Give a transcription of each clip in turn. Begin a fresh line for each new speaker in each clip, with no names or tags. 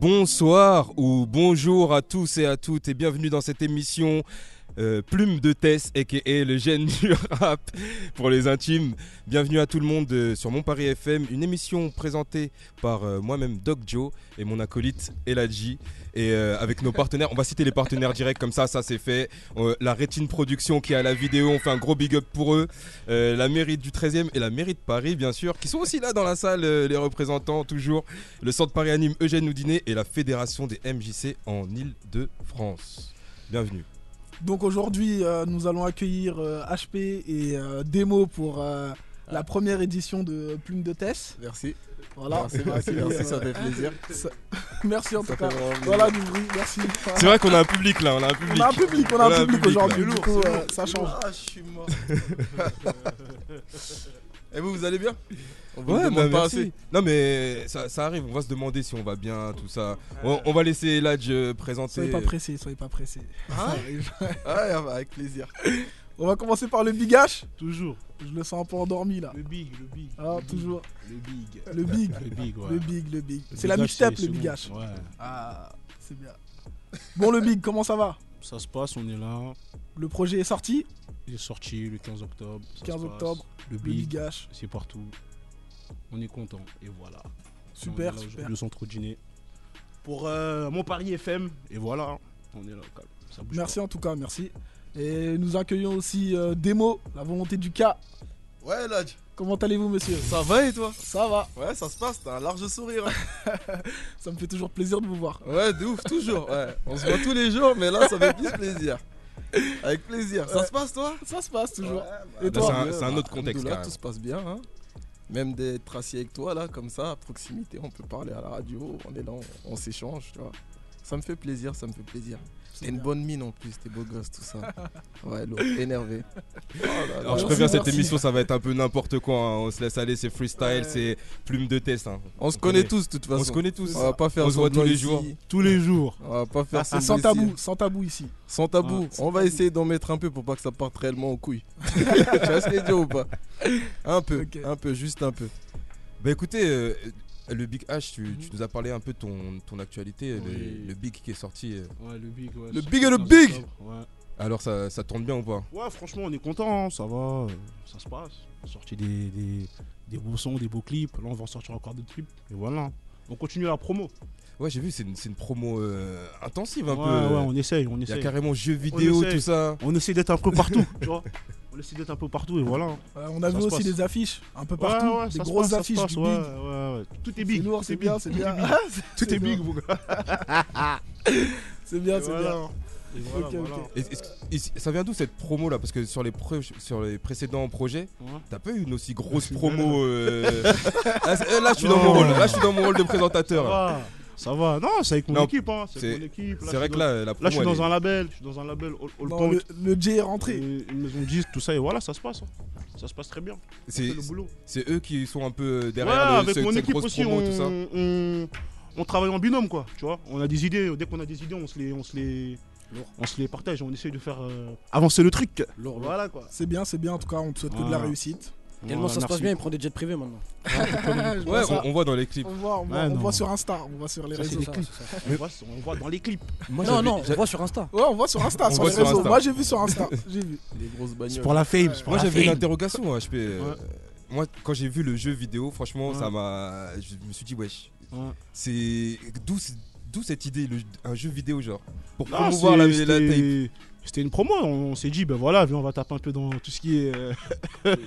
Bonsoir ou bonjour à tous et à toutes et bienvenue dans cette émission euh, Plume de Tess aka le gène du rap pour les intimes. Bienvenue à tout le monde euh, sur Mon Paris FM, une émission présentée par euh, moi-même Doc Joe et mon acolyte Eladji. Et euh, avec nos partenaires, on va citer les partenaires directs comme ça, ça c'est fait. Euh, la Rétine Production qui est à la vidéo, on fait un gros big up pour eux. Euh, la mairie du 13e et la mairie de Paris, bien sûr, qui sont aussi là dans la salle, euh, les représentants toujours. Le Centre Paris Anime Eugène Houdinet et la Fédération des MJC en Ile-de-France. Bienvenue.
Donc aujourd'hui, euh, nous allons accueillir euh, HP et euh, Demo pour euh, la première édition de Plume de Tess.
Merci.
Voilà.
Merci, merci,
Et,
merci,
euh,
ça fait plaisir.
ça- merci en
Ça
tout cas.
fait vraiment plaisir.
Voilà du bruit, merci.
C'est vrai qu'on a un public là, on a un
On
public.
a un public, on a un public
là.
aujourd'hui, du coup euh, ça change.
Ah, je suis mort. Et vous, vous allez bien On vous
Ouais,
le
bah,
demande pas
merci.
assez.
Non mais ça, ça arrive, on va se demander si on va bien, tout ça. On, on va laisser Ladj euh, présenter.
Soyez pas pressés, soyez pas pressés. Ça arrive.
Ah, bah, avec plaisir.
on va commencer par le bigage.
Toujours.
Je le sens un peu endormi là.
Le big, le big.
Ah,
le big,
toujours.
Le big.
Le big,
Le big, Mm. ouais.
le big, le big.
Le
C'est la
big,
mixtape,
c'est
le bigage.
bon, Ouais.
Ah, c'est bien. Bon le big, comment ça va
Ça se passe, on est là.
Le projet est sorti,
Il est sorti le 15 octobre. ça se
15
passe.
octobre,
Le
le
big,
bigage.
c'est partout. On est content. Et voilà.
Super, super.
On est là aujourd'hui au centre dîner. Pour euh, mon Paris FM. Et voilà. On est là, calme. Ça bouge
Merci en tout cas, merci. Et nous accueillons aussi euh, Demo, la volonté du cas.
Ouais, Lodge.
Comment allez-vous, monsieur
Ça va et toi
Ça va,
Ouais, ça se passe, t'as un large sourire. hein.
ça me fait toujours plaisir de vous voir.
Ouais, de ouf, toujours. Ouais. On se voit tous les jours, mais là, ça fait plus plaisir. Avec plaisir. Ça se passe, toi
Ça se passe toujours.
Ouais, bah,
Et toi
tant
C'est un-
mieux,
c'est un
bah,
autre contexte,
Alhamdoulilah,
quand même.
Tout se passe bien. hein. Même d'être assis avec toi, là, comme ça, à proximité, on peut parler à la radio, on est là, on, on s'échange, tu vois. Ça me fait plaisir, ça me fait plaisir.
C'est
T'as une
bien.
bonne mine en plus, t'es beau gosse, tout ça. Ouais, lourd, énervé. Oh là là.
Alors je
Merci,
préviens, cette
merci.
émission ça va être un peu n'importe quoi, hein. on se laisse aller, c'est freestyle,
Ouais. Bah,
c'est plume de test. hein.
on se connaît tous, de toute façon.
On se connaît tous.
On va pas faire
On se voit
semblant
tous les
ici.
jours.
Tous les jours.
On va pas faire
Ah,
semblant
sans
ici.
tabou, sans tabou ici.
Sans tabou.
Ah,
on va essayer d'en mettre un peu pour pas que ça parte réellement aux couilles. tu vois ce que je veux dire ou pas Un peu,
Ok.
un peu, juste un peu.
Bah écoutez, euh, le Big H, tu,
Mhm.
tu nous as parlé un peu de ton, ton actualité, le-
Oui.
le, Big qui est sorti. euh.
Ouais, le big, ouais.
Le
ça
big
se
et le
passe,
big.
octobre, Ouais.
Alors ça, ça tourne bien ou pas
Ouais, franchement, on est content, ça va, euh, ça se passe. On a sorti des, des, des beaux sons, des beaux clips. Là, on va en sortir encore d'autres clips. Et voilà. On continue la promo.
Ouais j'ai vu, c'est une, c'est une promo euh, intensive un
ouais,
peu.
euh,
ouais, on essaye, on
Il y a
essaye.
carrément jeux vidéo,
essaye.
tout ça.
On essaie d'être un peu partout, tu vois. On essaie d'être un peu partout et voilà. Ouais,
Euh, on a
Ça
vu
se
aussi
passe.
des affiches un peu partout,
ouais,
des
ça se
grosses
passe, ça se
affiches
passe,
du
ouais,
big.
ouais, ouais. Tout est
C'est
big.
lourd,
tout
c'est
est
bien,
big,
c'est
tout est
bien.
big. Tout
C'est
est big,
bien.
mon gars.
C'est bien,
Et
c'est
voilà.
bien.
Et voilà,
Ok, ok.
voilà.
Et- est-ce- est-ce- ça vient d'où cette promo là Parce que sur les, pré- sur les précédents projets,
Ouais. Ah,
t'as pas eu une aussi grosse promo. euh, là, c'est- là, je suis dans mon
Non.
rôle, là je suis dans mon rôle de
Ça
présentateur.
va, ça va. Non, c'est avec mon
Non,
équipe, hein. C'est
c'est-
avec mon équipe.
C'est
je
vrai
suis
que
dans-
là la promo.
Là, je suis
elle
dans
est-
un label, je suis dans un label all, all
Non,
point,
le, le J est rentré.
une, une maison de disques, tout ça, et voilà, ça se passe. hein. Ça se passe très bien. On fait
c'est-
le boulot.
C'est eux qui sont un peu derrière
ouais,
le,
avec
ce-
mon
cette
équipe
grosse
aussi,
promo,
on,
tout ça.
on- on travaille en binôme, quoi. Tu vois, on a des idées. Dès qu'on a des idées, on se les, on se les, on se les partage. On essaye de faire euh, avancer le truc.
Lourd, lourd.
Voilà, quoi.
C'est bien, c'est bien. En tout cas, on te souhaite que de la
Voilà.
réussite.
Tellement ça se passe bien, il prend des jets privés maintenant.
Ouais, on, on voit dans les clips.
On voit, on voit,
Ouais,
on
non.
voit sur Insta, on voit sur les
Ça, c'est
réseaux.
des clips.
On voit, on voit dans les clips.
Moi,
non,
j'avais-
non, on
j'a-
voit sur Insta.
Ouais, on voit sur Insta,
On
sur
voit
les
sur
réseaux.
Insta.
Moi, j'ai vu sur Insta, j'ai vu.
Les grosses bagnoles.
la fame.
moi,
la
j'avais une
fame.
interrogation, HP. euh, Moi, quand j'ai vu le jeu vidéo, franchement,
Ouais.
ça m'a. Je me suis dit, wesh.
Ouais.
C'est. D'où c- d'où cette idée, le- un jeu vidéo, genre Pour
Non,
promouvoir la,
c'est-
la tape.
c'était- C'était une promo, on, on s'est dit, ben voilà, viens, on va taper un peu dans tout ce qui est euh,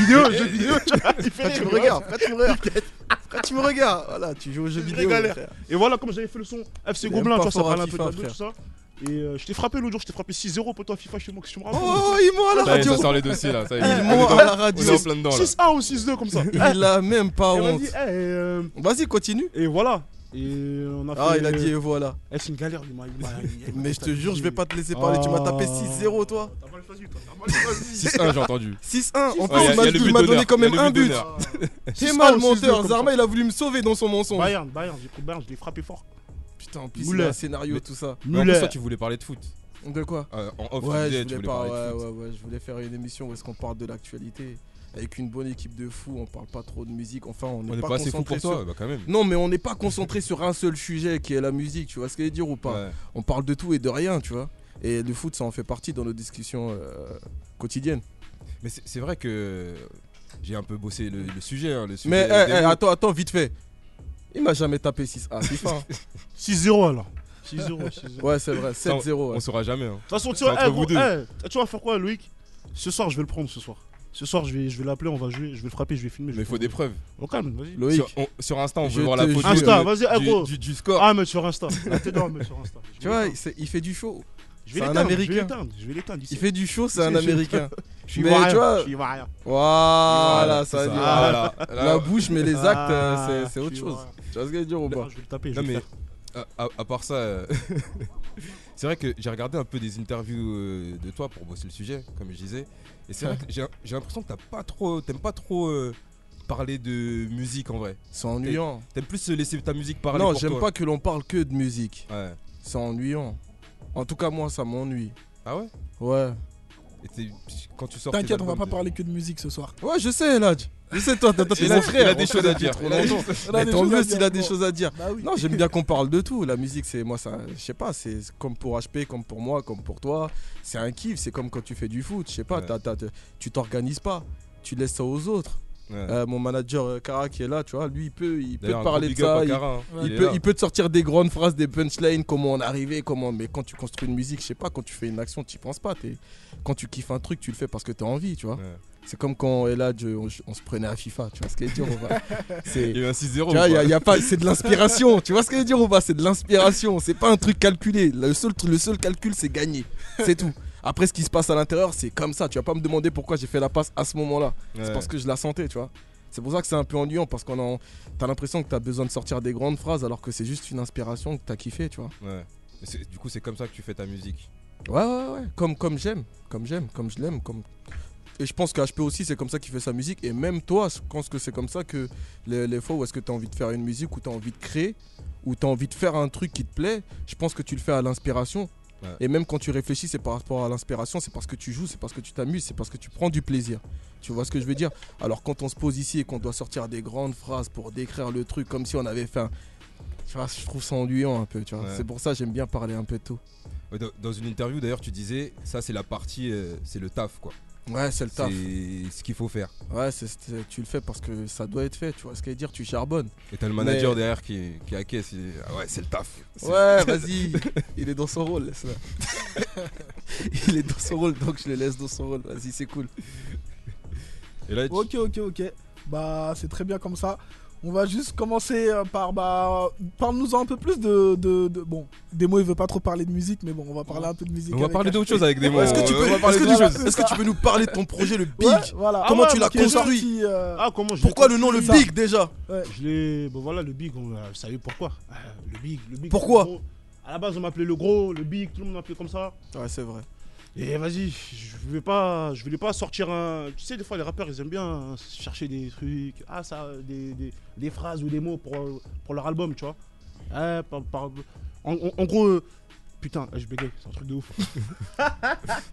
vidéo, jeux vidéo. tu vois, il fait
Quand
rire,
tu me
voilà.
regardes, quand tu me regardes, quand tu me regardes, voilà, tu joues aux jeux
Je
vidéo.
régalais.
frère.
Et voilà, comme j'avais fait le son
Il
FC
est
Gobelin,
même pas
tu vois, ça
fort à
parle un peu de
FIFA,
la boule, tout ça. Et euh, je t'ai frappé l'autre jour, je t'ai frappé 6-0 pour toi FIFA chez moi, que je me rappelle.
Oh, il ment à la
Ça y est,
radio.
ça sort les dossiers là. Ça y est,
Il
on est
ment
dans-
à la
on
radio. Ah.
est en plein dedans là.
6-1 ou 6-2 comme ça.
Il a même pas
Et, on
honte.
dit, eh, euh,
Vas-y, continue.
et voilà. Et on a fait.
Ah, il a dit, et voilà.
Eh, c'est une galère, il m'a. il m'a- il m'a-
Mais je te jure, je vais pas te laisser parler. Tu m'as tapé
Ah.
6-0, toi.
T'as mal choisi, toi. T'as mal choisi.
6-1, j'ai entendu.
6-1. En
Oh, y a-
plus,
y a le
il
but
m'a
d'honneur,
donné quand
y a
même
le
un
but
but.
d'honneur.
T'es
6-1
mal,
ou 6-2
menteur.
comme ça.
Zarma, il a voulu me sauver dans son mensonge.
Bayern, Bayern, j'ai pris Bayern, je l'ai frappé fort.
Putain, en plus, il
Moulet.
a un scénario, tout ça.
Mais en plus, toi,
Muller.
tu voulais parler de foot.
De quoi
Euh, en off, tu
Ouais,
disais,
je
tu
voulais
voulais
pas.
parler de
Ouais,
foot.
ouais, ouais. Je voulais faire une émission où est-ce qu'on parle de l'actualité. avec une bonne équipe de fous, on parle pas trop de musique, enfin on
On
n'est
n'est
pas,
pas assez fou
concentré
pour toi,
sur-
bah quand même.
Non, mais on n'est pas concentré sur un seul sujet qui est la musique, tu vois ce que je veux dire ou pas
Ouais.
On parle de tout et de rien, tu vois. Et le foot, ça en fait partie dans nos discussions euh, quotidiennes.
Mais c'est c'est vrai que j'ai un peu bossé le, le sujet. hein, le sujet
Mais
des
eh, eh,
mots.
attends, attends, vite fait. Il m'a jamais tapé 6 à FIFA. hein.
6-0 alors. 6-0. 6-0.
Ouais, c'est vrai, 7-0. ouais.
on saura jamais. hein.
De toute façon, tu
C'est
vois,
entre
eh,
vous
gros,
deux.
eh, tu vas faire quoi, Loïc Ce soir, je vais le prendre ce soir. Ce soir, je vais, je vais l'appeler, on va jouer, je vais le frapper, je vais filmer. je
Mais
vais
il faut des
filmer.
preuves.
Au calme, vas-y.
Loïc,
Sur, on- sur Insta, on
Je
veut voir
te
la photo
jure.
de-
Insta, vas-y, eh,
du,
gros.
du- du score.
Ah, mais sur Insta. Ah, t'es dans, mais sur Insta. Je vais
tu vois,
l'éteindre.
il, s'est- il fait du show.
je vais
c'est un
l'éteindre, je
Américain.
vais l'éteindre, je vais l'éteindre.
Il
sait.
fait du show, c'est un
Je sais.
américain.
Je suis
mais
ivoirien,
tu vois-
je suis ivoirien.
Ah,
Voilà, ça a
c'est
dit.
Voilà.
La bouche, mais les actes,
Ah,
euh, c'est- c'est
je
autre
suis
chose.
ivoirien.
Tu vois ce que je veux dire ou
Bah,
pas
D'ailleurs, Je vais le taper,
Non,
je vais
mais-
le faire.
À, à- à part ça, euh, c'est vrai que j'ai regardé un peu des interviews euh, de toi pour bosser le sujet, comme je disais. Et c'est vrai que j'ai j'ai l'impression que t'as pas trop, t'aimes pas trop euh, parler de musique en vrai.
C'est ennuyant.
T'aimes plus laisser ta musique parler.
Non,
pour
j'aime
toi.
pas que l'on parle que de musique.
Ouais.
C'est ennuyant. En tout cas, moi, ça m'ennuie.
Ah ouais.
Ouais.
Et t'es- quand tu sors. tes
T'inquiète, on va
albums
pas
de-
parler que de musique ce soir.
Ouais, je sais, Eladj. Je sais, toi, t'as t'as
Il
tes
a, il a
frères.
des choses à dire.
trop
Il a-
longtemps.
On a
Mais
des
tant
choses à
mieux s'il
dire,
a des
bon.
choses à dire.
Bah oui.
Non, j'aime bien qu'on parle de tout. La musique, c'est moi, ça, je sais pas, c'est comme pour HP, comme pour moi, comme pour toi. C'est un kiff, c'est comme quand tu fais du foot, je sais pas,
Ouais.
t'as- t'as- t'as- tu t'organises pas, tu laisses ça aux autres.
Ouais.
Euh, mon manager euh, Kara qui est là, tu vois, lui, il peut, il peut
D'ailleurs,
te
un gros
parler de
big up
ça.
à
Il,
Cara, hein.
il
Il
il
est
peut,
là.
il peut te sortir des grandes phrases, des punchlines, comment on est arrivé, comment. Mais quand tu construis une musique, je sais pas, quand tu fais une action, tu penses pas. t'es- Quand tu kiffes un truc, tu le fais parce que t'as envie, tu vois.
Ouais.
C'est comme quand Eladj, on, on se prenait à FIFA, tu vois ce qu'il est dur. on va- C'est-
Il y a eu un 6-0.
tu vois,
ou
y a-
pas
y a pas, c'est de l'inspiration. tu vois ce que je veux dire ou pas C'est de l'inspiration. C'est pas un truc calculé. Le seul, tru- le seul calcul, c'est gagner. C'est tout. Après, ce qui se passe à l'intérieur, c'est comme ça. Tu vas pas me demander pourquoi j'ai fait la passe à ce moment-là.
Ouais.
C'est parce que je la sentais, tu vois. C'est pour ça que c'est un peu ennuyant parce qu'on a, t'as l'impression que t'as besoin de sortir des grandes phrases alors que c'est juste une inspiration que t'as kiffé, tu vois.
Ouais. Mais c'est- Du coup, c'est comme ça que tu fais ta musique.
Ouais, ouais, ouais. Comme, comme j'aime, comme j'aime, comme je l'aime, comme. Et je pense qu'HP aussi, c'est comme ça qu'il fait sa musique. Et même toi, je pense que c'est comme ça que les, les fois où est-ce que tu as envie de faire une musique, où tu as envie de créer, où tu as envie de faire un truc qui te plaît, je pense que tu le fais à l'inspiration.
Ouais.
Et même quand tu réfléchis, c'est par rapport à l'inspiration, c'est parce que tu joues, c'est parce que tu t'amuses, c'est parce que tu prends du plaisir. Tu vois ce que je veux dire Alors quand on se pose ici et qu'on doit sortir des grandes phrases pour décrire le truc comme si on avait fait un... Tu vois, je trouve ça ennuyant un peu, tu vois.
Ouais.
C'est pour ça que j'aime bien parler un peu de tout.
Ouais, Dans dans une interview, d'ailleurs, tu disais ça, c'est la partie, euh, c'est le taf, quoi.
Ouais, c'est le taf.
C'est ce qu'il faut faire.
Ouais, c'est- c'est- tu le fais parce que ça doit être fait, tu vois ce qu'elle dire, tu charbonnes.
Et t'as le manager derrière qui, qui est à caisse. il dit, Ah ouais, c'est le taf. C'est-
Ouais, vas-y, il est dans son rôle, laisse-le. il est dans son rôle, donc je le laisse dans son rôle, vas-y, c'est cool.
Et là, tu-
Ok, ok, ok. Bah, c'est très bien comme ça. On va juste commencer euh, par. Bah, parle-nous un peu plus de, de, de- Bon, Demo, il veut pas trop parler de musique, mais bon, on va parler un peu de musique.
on va
avec
parler
H-
d'autre chose avec des mots.
Est-ce que tu
on
peux,
va parler
est-ce que
d'autre
tu-
chose.
est-ce que tu peux nous parler de ton projet, le Big
Ouais, voilà.
Ah
Comment
ouais,
tu l'as
Qui est
construit
sorti, euh,
Ah, comment je l'ai
Pourquoi le nom, le
Ça.
Big déjà
Je l'ai. Bon voilà, le big, on euh, vous savez pourquoi. Euh, le big, le big.
Pourquoi
le gros. À la base, on m'appelait le gros, le big, tout le monde m'appelait comme ça.
Ouais, c'est vrai.
Et vas-y, je vais pas, je voulais pas sortir un. Tu sais, des fois, les rappeurs, ils aiment bien chercher des trucs, ah ça, des, des- des phrases ou des mots pour, euh, pour leur album, tu vois. Ouais, par- par- en, en- en gros, euh, putain, je bégaye, c'est un truc de ouf.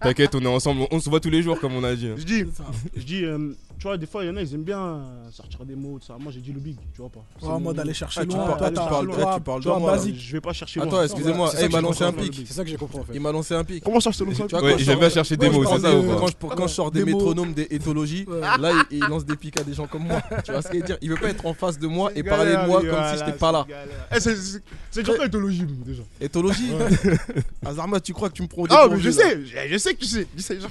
T'inquiète, on est ensemble. On se voit tous les jours, comme on a dit.
Ah,
Je dis,
c'est ça.
je dis, euh, tu vois, des fois, il y en a, ils aiment bien euh, sortir des mots, tout ça. Moi, j'ai dit le big, tu vois pas. C'est
Ouais, en
mon-
mode aller chercher
Ah, tu
loin.
parles-
toi,
tu
t'as-
parles-
toi,
tu parles de
tu vois,
moi, là.
basique.
Je vais pas chercher.
Attends,
loin.
excusez-moi,
C'est
eh,
ça
il
que
m'a
j'ai
lancé un
compris,
pic.
C'est ça que j'ai compris en fait.
Il m'a lancé un pic.
Comment ça, je te lance un
Tu vois,
Ouais,
quand je
j'aime bien
sors-
chercher
moi,
des
je
mots,
parle
c'est ça
de-
ou pas
Quand je, quand je sors des
Des mots.
métronomes, des éthologies,
Ouais.
là il, il lance des pics à des gens comme moi. Tu vois ce qu'il veut dire Il veut pas être en face de moi et parler de moi comme si j'étais pas là.
Eh, C'est dur éthologie, déjà.
Éthologie Azarma, tu crois que tu me prends au
Ah, mais
dépourvu,
je
là
sais, je je sais que tu sais. Je sais, je sais.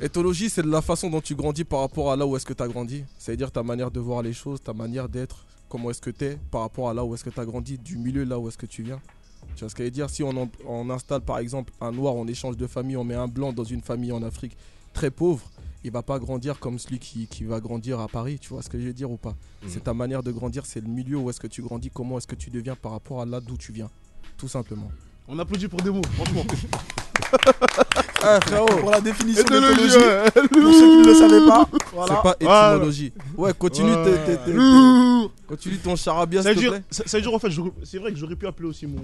Éthologie, c'est de la façon dont tu grandis par rapport à là où est-ce que tu as grandi. C'est-à-dire ta manière de voir les choses, ta manière d'être, comment est-ce que tu es par rapport à là où est-ce que tu as grandi, du milieu là où est-ce que tu viens. Tu vois ce qu'elle veut dire Si on, en- on installe par exemple un noir en échange de famille, on met un blanc dans une famille en Afrique très pauvre, il va pas grandir comme celui qui, qui va grandir à Paris. Tu vois ce que je veux dire ou pas
Mm.
Mhm.
C'est ta manière de grandir, c'est le milieu où est-ce que tu grandis, comment est-ce que tu deviens par rapport à là d'où tu viens. Tout simplement.
On applaudit pour des mots, franchement.
Ah
Eh,
frérot
Pour la définition
Éthologie,
d'éthologie, pour ceux qui ne le savaient pas, voilà.
C'est pas
Voilà.
étymologie. Ouais, continue,
Ouais.
tes- tes- tes- tes- continue ton charabia,
Ça
s'il
veut
te
dire,
plaît.
ça- ça veut dire en fait, j'aurais- c'est vrai que j'aurais pu appeler aussi mon,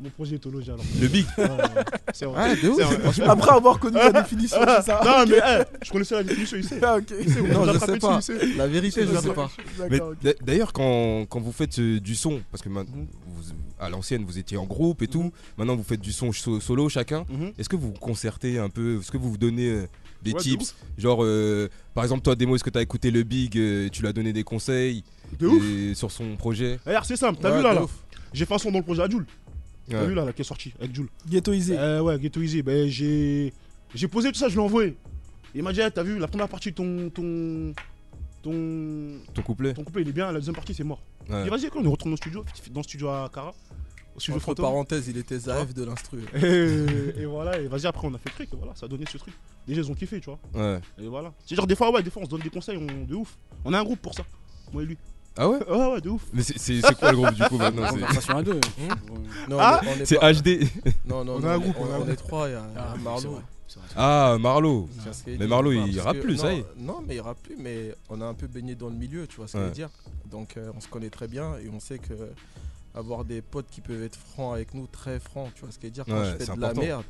Mon projet éthologie alors.
Le big.
Ouais, ouais, ouais. C'est vrai.
Ouais, de ouf.
C'est vrai.
Franchement,
Après avoir connu la définition, c'est ça
Non,
Ok.
mais eh, je connaissais la définition, il sait.
Ah, ok.
Il sait, on
Ah, Non,
l'a
je
attrapé
sais pas.
dessus, il sait.
La vérité, je
Je
sais
sais
pas.
Mais
D'accord, ok.
d'a- D'ailleurs, quand, quand vous faites euh, du son, parce que main-
Mhm.
vous- à l'ancienne vous étiez en groupe et tout,
Mhm.
maintenant vous faites du son so- solo chacun,
Mhm.
est-ce que vous vous concertez un peu Est-ce que vous vous donnez euh, des
Ouais, de
tips Genre, euh, par exemple, toi, Demo, est-ce que t'as écouté le Big euh, Tu lui as donné des conseils
De ouf.
et- sur son projet
Regarde, c'est simple, t'as
Ouais,
vu là,
de
là
ouf.
J'ai fait un son dans le projet Adjul. T'as
Ouais.
vu là, là, qui est sorti avec Jules.
Ghettoisé.
Euh, ouais, Ghetto Easy. Ben, j'ai... j'ai posé tout ça, je l'ai envoyé. Il m'a dit, eh, t'as vu, la première partie, ton. ton. ton.
Ton couplet
ton couplet, il est bien, la deuxième partie, c'est mort.
Ouais.
Il dit, vas-y, quand on retourne au studio, dans le studio à Cara, au studio
Entre
Fantôme.
parenthèses, il était Zaev de l'instru.
Et, et voilà, et vas-y, après, on a fait le truc, et voilà, ça a donné ce truc. Déjà, ils ont kiffé, tu vois.
Ouais.
Et voilà. C'est genre, des fois, ouais, des fois, on se donne des conseils, on... de ouf. On a un groupe pour ça. Moi et lui.
Ah ouais
Ouais, ouais, de ouf.
Mais c'est- c'est c'est quoi le groupe du coup maintenant C'est-
Conversation à deux. hein.
Non,
Ah,
on est- on est
C'est
pas-
HD
Non, non,
On
non,
a un
est-
groupe, on a un
On est
groupe.
trois, il y a il y a
Ah, c'est
Marlo.
vrai, c'est vrai.
Ah, Marlowe
Tu vois ce que je
Mais
veux
Marlo,
dire,
il
parce
rappe
que-
plus, ça y
non,
est.
Non, mais il rappe plus, mais on a un peu baigné dans le milieu, tu vois ce que je
Ouais.
veux dire. Donc euh, on se connaît très bien et on sait que avoir des potes qui peuvent être francs avec nous, très francs, tu vois ce que je veux dire. Quand
Ouais,
je
c'est
fais de la
important.
merde,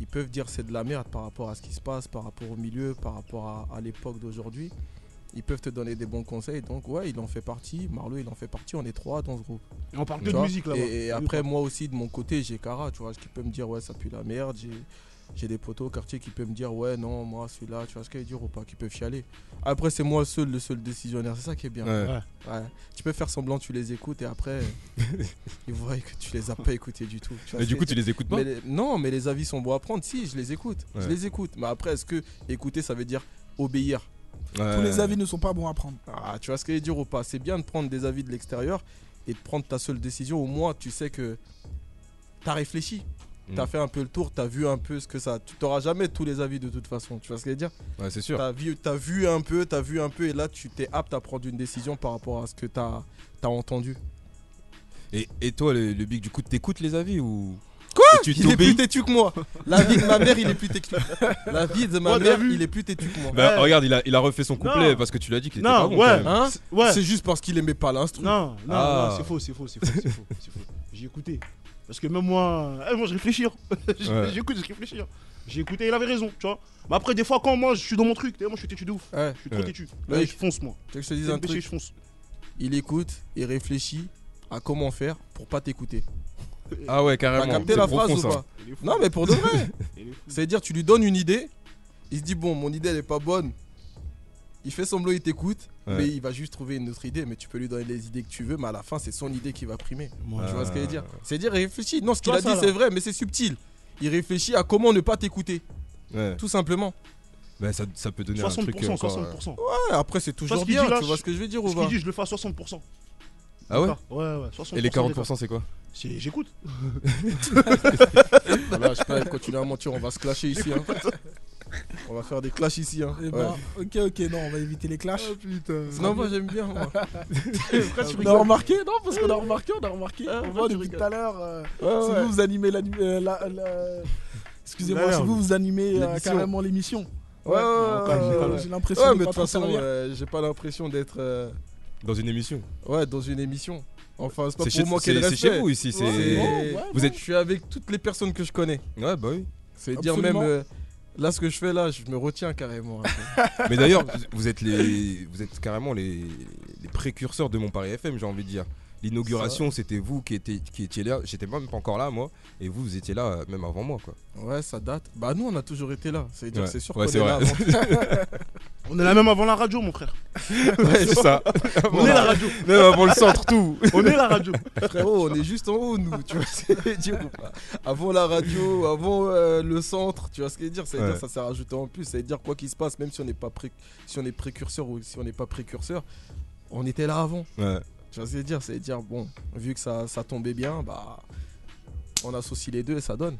ils peuvent dire c'est de la merde par rapport à ce qui se passe, par rapport au milieu, par rapport à, à l'époque d'aujourd'hui. Ils peuvent te donner des bons conseils, donc ouais, il en fait partie. Marlo, il en fait partie. On est trois dans ce groupe.
Et on parle
Tu
que de
vois
musique
Et,
là-bas.
et
T'as vu,
après,
quoi.
moi aussi, de mon côté, j'ai Cara, tu vois, qui peut me dire, ouais, ça pue la merde. J'ai, j'ai des potos au quartier qui peuvent me dire, ouais, non, moi, celui-là, tu vois ce qu'il dire ou pas, qui peuvent chialer. Après, c'est moi seul, le seul décisionnaire, c'est ça qui est bien.
Ouais.
Ouais. Tu peux faire semblant, tu les écoutes, et après, ils voient que tu les as pas écoutés du tout. vois
Et
ce
du
que
coup,
je
tu les écoutes pas
mais les- non, mais les avis sont bons à prendre. Si, je les écoute.
Ouais.
Je les écoute. Mais après, est-ce que écouter, ça veut dire obéir
Tous les avis ne sont pas bons à prendre.
ah, tu vois ce que je veux dire ou pas C'est bien de prendre des avis de l'extérieur et de prendre ta seule décision. Au moins, tu sais que t'as réfléchi.
Mm.
T'as fait un peu le tour, t'as vu un peu ce que ça. Tu t'auras jamais tous les avis de toute façon. Tu vois ce que je veux dire
Ouais, c'est sûr.
T'as vu, t'as vu un peu, t'as vu un peu, et là tu t'es apte à prendre une décision par rapport à ce que t'as as entendu.
Et, et toi, le, le Big, du coup, t'écoutes les avis ou
Quoi
Et Tu
Il est plus
t'obéis
têtu que moi. La vie de ma mère, il est plus têtu. La vie de ma
Ouais, t'as
mère,
vu
il est plus têtu que moi.
Bah,
Ouais.
regarde, il a, il a refait son couplet
Non.
parce que tu l'as dit qu'il était pas
Non,
bon. quand
ouais.
même.
Hein
Ouais.
C'est juste parce qu'il aimait pas l'instru.
Non, non,
Ah.
non, c'est faux, c'est faux, c'est faux, c'est faux, c'est faux. J'ai écouté. Parce que même moi, eh, moi je réfléchis.
Ouais.
J'écoute, je réfléchis. hein. J'ai écouté, il avait raison, tu vois. Mais après, des fois, quand moi je suis dans mon truc, t'es- moi je suis têtu de ouf.
Ouais,
Je suis trop
Ouais. Bah,
têtu.
Ouais.
Ouais, je fonce, moi.
tu veux que je te dise un
TNPC,
truc
je fonce.
il écoute, il réfléchit à comment faire pour pas t'écouter.
Ah ouais,
T'as
carrément.
capté
C'est
la
profond,
phrase ou
ça.
pas
Il est fou.
Non, mais pour de vrai.
Il est fou.
C'est-à-dire, tu lui donnes une idée, il se dit, bon, mon idée, elle est pas bonne. Il fait semblant, il t'écoute,
Ouais.
mais il va juste trouver une autre idée. Mais tu peux lui donner les idées que tu veux, mais à la fin, c'est son idée qui va primer.
Moi,
Tu vois ce que je veux dire
Ah.
C'est-à-dire, il réfléchit. Non, ce qu'il
Toi,
a dit,
ça, là.
c'est vrai, mais c'est subtil. Il réfléchit à comment ne pas t'écouter,
Ouais.
tout simplement.
Bah, ça, ça peut donner un truc
60%,
encore, euh,
60%.
Ouais, Ah, après, c'est
ce
toujours
qu'il
bien,
dit là,
tu vois ce que je veux dire ou
Ce
pas
qu'il dit, je le fais à 60%.
Ah ouais
Ouais, ouais, 60%.
Et les
des cas.
40%, c'est quoi
C'est- J'écoute.
Voilà, Ah je peux pas continuer à mentir, on va se clasher ici. hein. On va faire des clashs ici. hein.
Eh
Ouais. Oh,
ben, ok, ok, non, on va éviter les clashs.
Non, moi j'aime bien. Moi.
on a remarqué, non, parce qu'on a remarqué, on a remarqué.
Ah,
on voit depuis tout à l'heure. euh, si vous, vous animez la. euh, la- la- Excusez-moi, si
L'émission.
vous, vous animez euh,
L'émission.
carrément l'émission. Euh,
Ouais, ouais, ouais, ouais, ouais.
J'ai l'impression
Ouais,
de
mais de
pas
toute
trop
façon,
servir.
euh, j'ai pas l'impression d'être euh,
Dans une émission.
ouais, dans une émission. Enfin, c'est pas
C'est
pour
chez,
moi
c'est-
qu'elle
c'est
respect.
chez vous ici. C'est... Oh,
C'est-
Ouais, ouais,
Vous êtes.
Je suis avec toutes les personnes que je connais.
Ouais, bah oui.
C'est dire même
Absolument.
euh, là ce que je fais là, je me retiens carrément.
Mais d'ailleurs, vous êtes, les... vous êtes carrément les... les précurseurs de Mon Paris FM, j'ai envie de dire. L'inauguration, c'était vous qui étiez, qui étiez là. J'étais même pas encore là, moi. Et vous, vous étiez là euh, même avant moi, quoi.
ouais, ça date. Bah nous on a toujours été là. C'est dire
Ouais.
c'est sûr
Ouais,
qu'on
c'est
est là.
vrai.
avant-
On est la même avant la radio, mon frère.
Ouais, c'est ça.
On est la radio.
Même avant le centre, tout.
On est la radio.
Frérot, on est juste en haut nous, tu vois ce que je veux dire ou pas Avant la radio, avant euh, le centre, tu vois ce que je veux dire C'est-à-dire
Ouais.
ça s'est rajouté en plus, c'est-à-dire quoi qu'il se passe, même si on n'est pas pré- si on est précurseur ou si on n'est pas précurseur, on était là avant.
Ouais.
Tu vois ce que je veux dire C'est dire, bon, vu que ça, ça tombait bien, bah. On associe les deux et ça donne.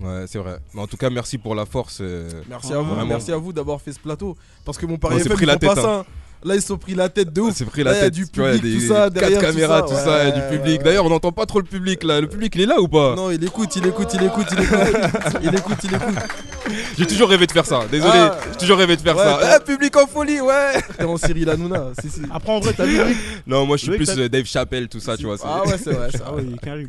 Ouais, c'est vrai. Mais en tout cas, merci pour la force. euh,
Merci
Ah,
à vous,
vraiment.
merci à vous d'avoir fait ce plateau. Parce que mon pari
On s'est
FM,
pris
ils
la
font
tête,
pas ça. hein. Là, ils se sont pris la tête de
On
ouf.
s'est pris la
Là, y a
tête,
du
tu vois, y a
public,
des
tout ça,
quatre
derrière, tout
caméras,
ça,
tout ça, y a
ouais,
du
ouais,
public.
ouais.
D'ailleurs, on n'entend pas trop le public là. Le public, il est là ou pas
Non, il écoute, il écoute, il écoute, il écoute. Il écoute, il écoute.
J'ai toujours rêvé de faire ça. Désolé,
Ah.
j'ai toujours rêvé de faire
Ouais, bah,
ça.
t'as-
Eh, public en folie, ouais.
T'es en Cyril Hanouna. Si, si.
Après, en vrai, t'as vu, Rick
Non, moi, je suis
Le mec,
plus
t'as-
euh, Dave Chappelle, tout ça, tu vois. c'est-
Ah ouais, c'est vrai. ça.
Ah ouais, il est carré.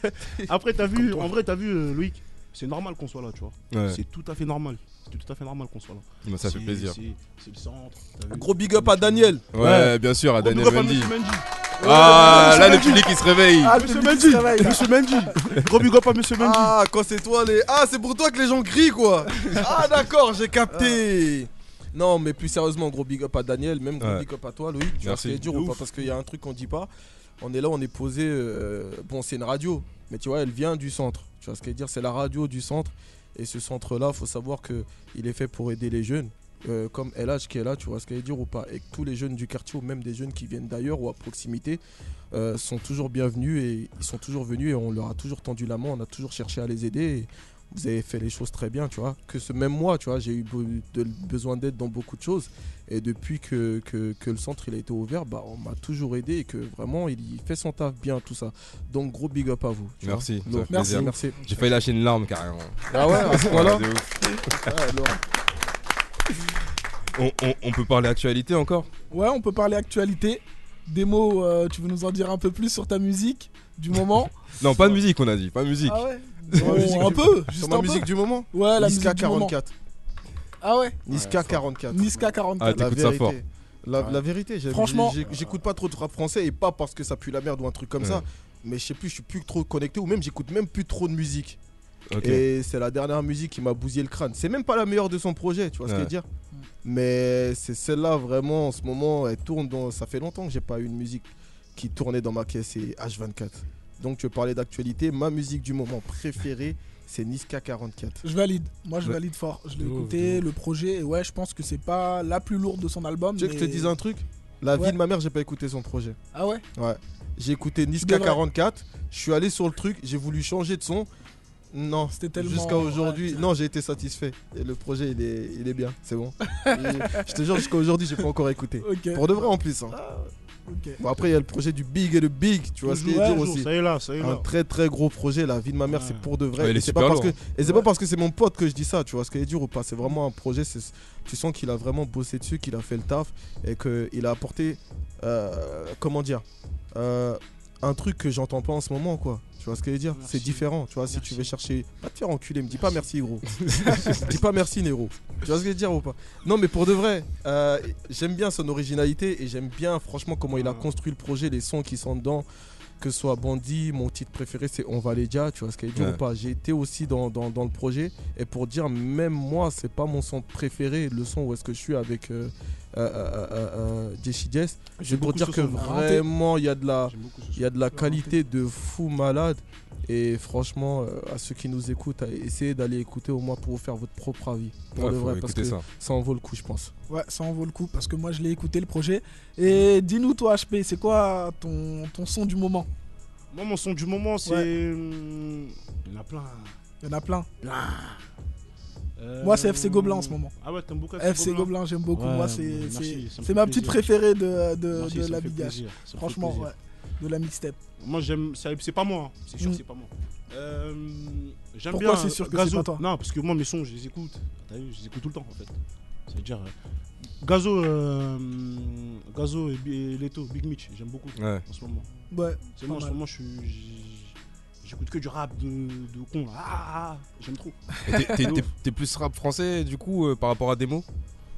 Après, t'as vu, en vrai, t'as vu, euh, Loïc, c'est normal qu'on soit là, tu vois.
Ouais.
C'est tout à fait normal. C'est tout à fait normal qu'on soit là.
Moi, ça fait
C'est-
plaisir.
c'est- C'est le centre. t'as vu.
Gros big up à Daniel.
Ouais,
Ouais.
bien sûr, à
Gros
Daniel
big up à
Wendy.
Monsieur Mendy.
Ah,
Monsieur
là, le
Mendy.
public, il se réveille.
Ah, le
Monsieur
public qui se
Mendy.
réveille, là.
Monsieur Mendy. Gros big up à Monsieur Mendy.
Ah, quand c'est toi les. Ah, c'est pour toi que les gens crient quoi. Ah, d'accord, j'ai capté. Ah. Non, mais plus sérieusement, gros big up à Daniel, même gros
Ouais.
big up à toi, Loïc. Tu vas
Merci.
se dire
De
ou pas
ouf.
Parce qu'il y a un truc qu'on dit pas. On est là, on est posé. euh, Bon, c'est une radio, mais tu vois, elle vient du centre. Tu vois ce que je veux dire C'est la radio du centre. Et ce centre-là, faut savoir que il est fait pour aider les jeunes. euh, comme LH qui est là, tu vois ce qu'elle veut dire ou pas, et que tous les jeunes du quartier ou même des jeunes qui viennent d'ailleurs ou à proximité euh, sont toujours bienvenus et ils sont toujours venus et on leur a toujours tendu la main, on a toujours cherché à les aider. et vous avez fait les choses très bien, tu vois. Que ce même moi, tu vois, j'ai eu be- de- besoin d'aide dans beaucoup de choses. Et depuis que, que, que le centre il a été ouvert, bah, on m'a toujours aidé et que vraiment il il fait son taf bien, tout ça. Donc gros big up à vous. tu vois.
Merci, ça fait
Lourd.
plaisir.
merci.
J'ai failli lâcher une larme carrément.
Ah ouais, à ce point-là. Ah,
De ouf.
Ouais, Laurent.
On, on- on peut parler actualité encore
Ouais, on peut parler actualité. Démo, euh, tu veux nous en dire un peu plus sur ta musique du moment
Non, pas de musique, on a dit, pas de musique.
Ah ouais
Sur ma
Bon,
musique
un
du-
peu,
Sur
juste
ma
un
musique
peu.
du moment.
Ouais, la
Niska
musique du moment.
44.
Ah ouais
Niska 44.
Niska
Ah,
44.
t'es- t'écoutes ça
vérité.
fort.
La,
Ouais.
la vérité, j'ai-
Franchement.
j'ai- j'écoute pas trop de rap français et pas parce que ça pue la merde ou un truc comme ça.
Ouais.
Mais je sais plus, je suis plus trop connecté ou même j'écoute même plus trop de musique.
Ok.
Et c'est la dernière musique qui m'a bousillé le crâne. C'est même pas la meilleure de son projet, tu vois ce que je
Ouais.
veux dire. Mais c'est celle-là vraiment en ce moment, elle tourne dans. Ça fait longtemps que j'ai pas eu une musique qui tournait dans ma caisse et H24. Donc tu veux parler d'actualité, ma musique du moment préférée, c'est Niska 44.
Je valide, moi je
Ouais.
valide fort. Je l'ai
De ouf,
écouté, le projet, et ouais, je pense que c'est pas la plus lourde de son album.
Tu veux que je te
mais-
dise un truc La
Ouais.
vie de ma mère, j'ai pas écouté son projet.
Ah ouais
J'ai écouté Niska
devrais.
44, je suis allé sur le truc, j'ai voulu changer de son. Non,
C'était tellement-
Jusqu'à aujourd'hui,
ouais.
non, j'ai été satisfait. Et le projet, il est, il est bien, c'est bon. Et je te jure, jusqu'à aujourd'hui, j'ai pas encore écouté.
Ok.
Pour de vrai en plus. hein.
ok.
Bon, après, il y a le projet du Big et le Big, tu vois ce qu'il y a à dire
Toujours,
aussi.
Ça y est là, ça y est
Un
là.
très très gros projet, la vie de ma mère,
Ouais.
c'est pour de vrai.
Ouais, il
et
est
c'est pas,
super
parce que,
lourd.
et c'est pas parce que c'est mon pote que je dis ça, tu vois ce qu'il est dur ou pas. C'est vraiment un projet, c'est- tu sens qu'il a vraiment bossé dessus, qu'il a fait le taf et qu'il a apporté, euh, comment dire, euh, un truc que j'entends pas en ce moment, quoi. Tu vois ce que je veux dire C'est
Merci.
différent, tu vois. Si tu
Merci.
veux chercher, pas te faire enculer, me dis pas merci, gros. dis pas merci, Nero. Tu vois ce que je veux dire ou pas Non, mais pour de vrai, euh, j'aime bien son originalité et j'aime bien, franchement, comment il a
Ah.
construit le projet, les sons qui sont dedans que ce soit Bandit, mon titre préféré c'est On va les dire, tu vois ce qu'elle dit
Ouais.
ou pas. J'ai été aussi dans, dans- dans le projet et pour dire, même moi, c'est pas mon son préféré, le son où est-ce que je suis avec euh, euh, euh, euh, euh, Jesse Jess. Je pour
beaucoup
dire
ce
que
son.
vraiment, il y a de la.
J'aime beaucoup ce
Il y a de la qualité de fou malade. Et franchement, euh, à ceux qui nous écoutent, à- essayez d'aller écouter au moins pour vous faire votre propre avis. Pour
Ouais,
le
faut
vrai, parce
écouter
que ça.
ça.
en vaut le coup, je pense.
Ouais, ça en vaut le coup parce que moi je l'ai écouté le projet. Et dis-nous, toi, HP, c'est quoi ton, ton son du moment
Moi, mon son du moment, c'est. hum, Il y en a plein.
Il y en a plein.
Euh,
Moi, c'est FC Gobelin en ce moment.
Ah ouais, t'aimes beaucoup
FC Gobelin, j'aime beaucoup.
Ouais,
moi,
ouais,
c'est
merci, ça
c'est-
me
c'est
fait
ma petite
plaisir.
préférée de, de,
Merci,
euh, de
ça me
la
fait
Big H.
plaisir, ça me fait
Franchement,
plaisir.
ouais. De la mixtape.
Moi, j'aime. ça- C'est pas moi, hein. c'est sûr,
Mm.
c'est pas moi. Euh, J'aime
Pourquoi
bien,
c'est
euh,
sûr que
Gazo.
c'est pas toi
Non, parce que moi, mes sons, je les écoute. T'as vu, je les écoute tout le temps, en fait. C'est-à-dire. euh, Gazo, euh, Gazo et, Bi- et Leto, Big Mitch, j'aime beaucoup
Ouais.
en ce moment.
Ouais,
C'est moi, en
Pas
ce
mal.
moment, je suis. j'- J'écoute que du rap de, de con là. Ah, ah, ah, j'aime trop.
Et t'es- T'es t'es- t'es plus rap français du coup euh, par rapport à Demo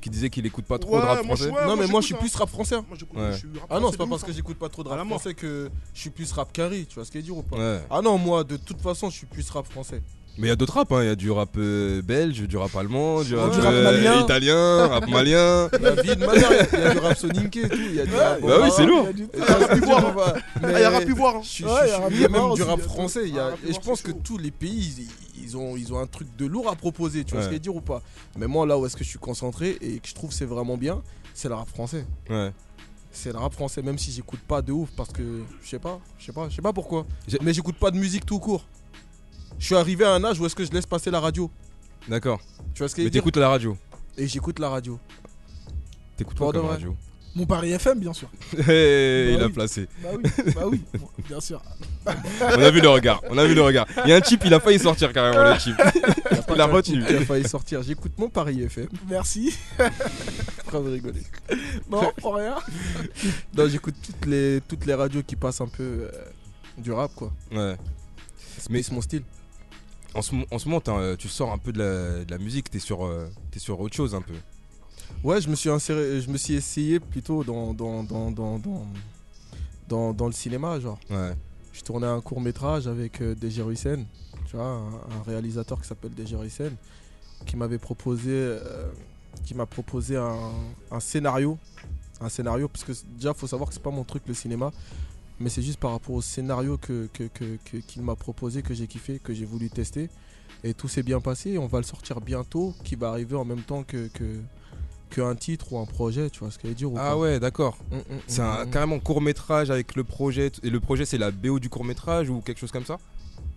Qui disait qu'il écoute pas trop de
Ouais,
rap
moi,
français
je- ouais,
non, mais moi,
j'écoute,
je suis
hein.
plus rap français. hein.
Moi, j'écoute.
Ouais.
je suis rap
Ah non, c'est
français
pas
de
parce
ouf, hein.
que j'écoute pas trop de
À la
rap
mort.
français que je suis plus rap carry, tu vois ce qu'elle dire ou pas
Ouais.
Ah non, moi, de toute façon, je suis plus rap français.
Mais il y a d'autres rap, hein. il y a du rap euh, belge, du rap allemand, du rap,
du rap
euh,
Oh, malien.
italien, rap malien.
La vie de ma mère, il y a- il y a du rap soninké et tout. Il y a du rap.
Bah oui, c'est
Et
lourd.
Il y a du-
il y a rap ivoire, on va-
Ah,
mais-
il y a rap ivoire. hein.
Je suis-
Ouais, il
je
y a
suis-
rap
Il y a
ivoire
même du
aussi,
rap
il y a
français. il y a-
Ah, rap
et je
ivoire,
pense
c'est
que
chaud.
tous les pays, ils, ils ont, ils ont un truc de lourd à proposer. Tu vois
Ouais.
ce qu'elle dire ou pas Mais moi, là où est-ce que je suis concentré et que je trouve c'est vraiment bien, c'est le rap français.
Ouais.
C'est le rap français, même si j'écoute pas de ouf parce que je sais pas, je sais pas, je sais pas pourquoi.
J'ai-
Mais j'écoute pas de musique tout court. Je suis arrivé à un âge où est-ce que je laisse passer la radio.
D'accord.
Tu vois ce que
Mais
je veux dire
t'écoutes la radio.
Et j'écoute la radio.
T'écoutes
Pour
quoi
de
comme
vrai.
radio
Mon Paris FM, bien sûr.
Hey,
Bah
il a
oui.
placé.
Bah oui, bah oui, bon, bien sûr.
On a vu le regard. On a vu le regard. Il y a un chip, il a failli sortir carrément le chip.
Il a pas
Il a
qu'un
retenu.
type qui a failli sortir. J'écoute mon Paris FM.
Merci.
Après, vous rigolez.
Non, pour rien.
Non, j'écoute toutes les, toutes les radios qui passent un peu euh, du rap, quoi.
Ouais.
C'est
Mais-
plus mon style.
En ce, mo- en ce moment, t'as, euh, tu sors un peu de la, de la musique, t'es sur, euh, t'es sur autre chose un peu.
Ouais, je me suis inséré, je me suis essayé plutôt dans, dans, dans, dans, dans, dans, dans le cinéma, genre.
Ouais.
Je tournais un court métrage avec euh, DJ Ruissen, tu vois, un, un réalisateur qui s'appelle DJ Ruissen, qui m'avait proposé, euh, qui m'a proposé un, un scénario, un scénario, parce que c- déjà faut savoir que c'est pas mon truc le cinéma, mais c'est juste par rapport au scénario que que- que- que- qu'il m'a proposé que j'ai kiffé, que j'ai voulu tester, et tout s'est bien passé. On va le sortir bientôt, qui va arriver en même temps que que qu'un titre ou Mm, un projet, tu vois ce qu'elle dit.
Ah ouais, d'accord.
ouais,
C'est
Mm.
un carrément court métrage avec le projet. t- Et le projet, c'est la BO du court métrage ou quelque chose comme ça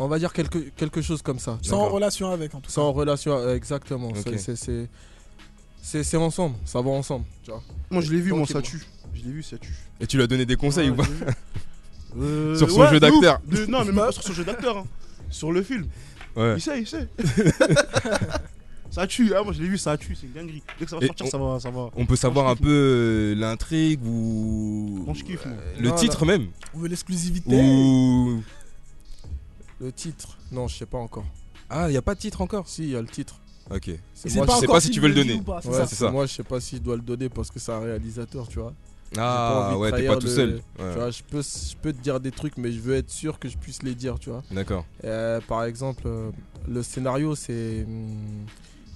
on va dire quelque quelque chose comme ça.
Sans
D'accord.
relation avec, en tout cas.
C'est en relation, euh, exactement. C'est-
Ok.
c'est- c'est- C'est c'est ensemble, ça va ensemble. Tu vois.
Moi, je l'ai vu, moi, ça
Tranquillement.
tue. Je l'ai vu, ça tue.
Et tu lui as donné des conseils
Ouais,
ou pas
je l'ai vu. Euh,
Sur son jeu
de ouf.
d'acteur.
De- Non, mais même pas sur son jeu d'acteur. hein. Sur le film.
Ouais.
Il sait, il sait. ça tue, hein, moi, je l'ai vu, ça tue, c'est une dinguerie. Dès que ça va
Et
sortir,
on-
ça va. Ça va.
On peut savoir
je
un
kiffe,
peu euh, l'intrigue ou.
Moi, je kiffe, moi.
Euh, Le
Non,
titre même
On veut l'exclusivité.
Ou.
Le titre, non, je sais pas encore.
Ah, y a pas de titre encore
Si, il y a le titre.
Ok.
C'est
Et
moi,
pas
je sais
encore
pas si
s'il
tu veux le
dit
donner.
ou pas, c'est
Ouais,
ça.
c'est ça.
Moi, je sais pas si je dois le donner parce que c'est un réalisateur, tu vois.
Ah,
envie de
ouais, t'es
trahir
pas tout
le-
seul.
Tu
Ouais,
vois, je peux, je peux te dire des trucs, mais je veux être sûr que je puisse les dire, tu vois.
D'accord.
Euh, par exemple, euh, le scénario, c'est hum,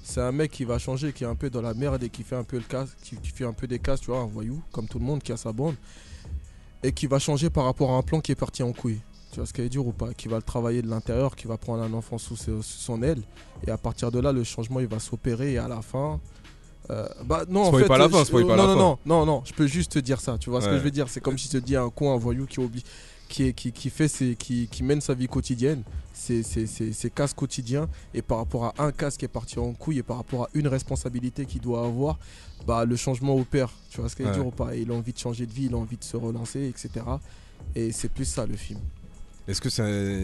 c'est un mec qui va changer, qui est un peu dans la merde et qui fait un peu le casse, qui, qui fait un peu des casses, tu vois, un voyou, comme tout le monde, qui a sa bande, et qui va changer par rapport à un plan qui est parti en couille. Tu vois ce qu'elle est dire ou pas Qui va le travailler de l'intérieur, qui va prendre un enfant sous, ses- sous son aile, et à partir de là, le changement, il va s'opérer et à la fin. euh, bah non,
Spoil
en fait,
pas la fin,
je-
spoil pas
non,
la
non,
fin.
non, non, non, je peux juste te dire ça, tu vois ce que
Ouais.
je veux dire, c'est comme si je te dis un con, un voyou qui oublie, qui, est- qui, qui fait ses- qui, qui mène sa vie quotidienne ces, ces, ces, ces cases quotidiens et par rapport à un casse qui est parti en couille et par rapport à une responsabilité qu'il doit avoir, bah, le changement opère. Tu vois ce qu'il veut
Ouais.
dire ou pas Et Il a envie de changer de vie, il a envie de se relancer, etc. Et c'est plus ça le film.
Est-ce que c'est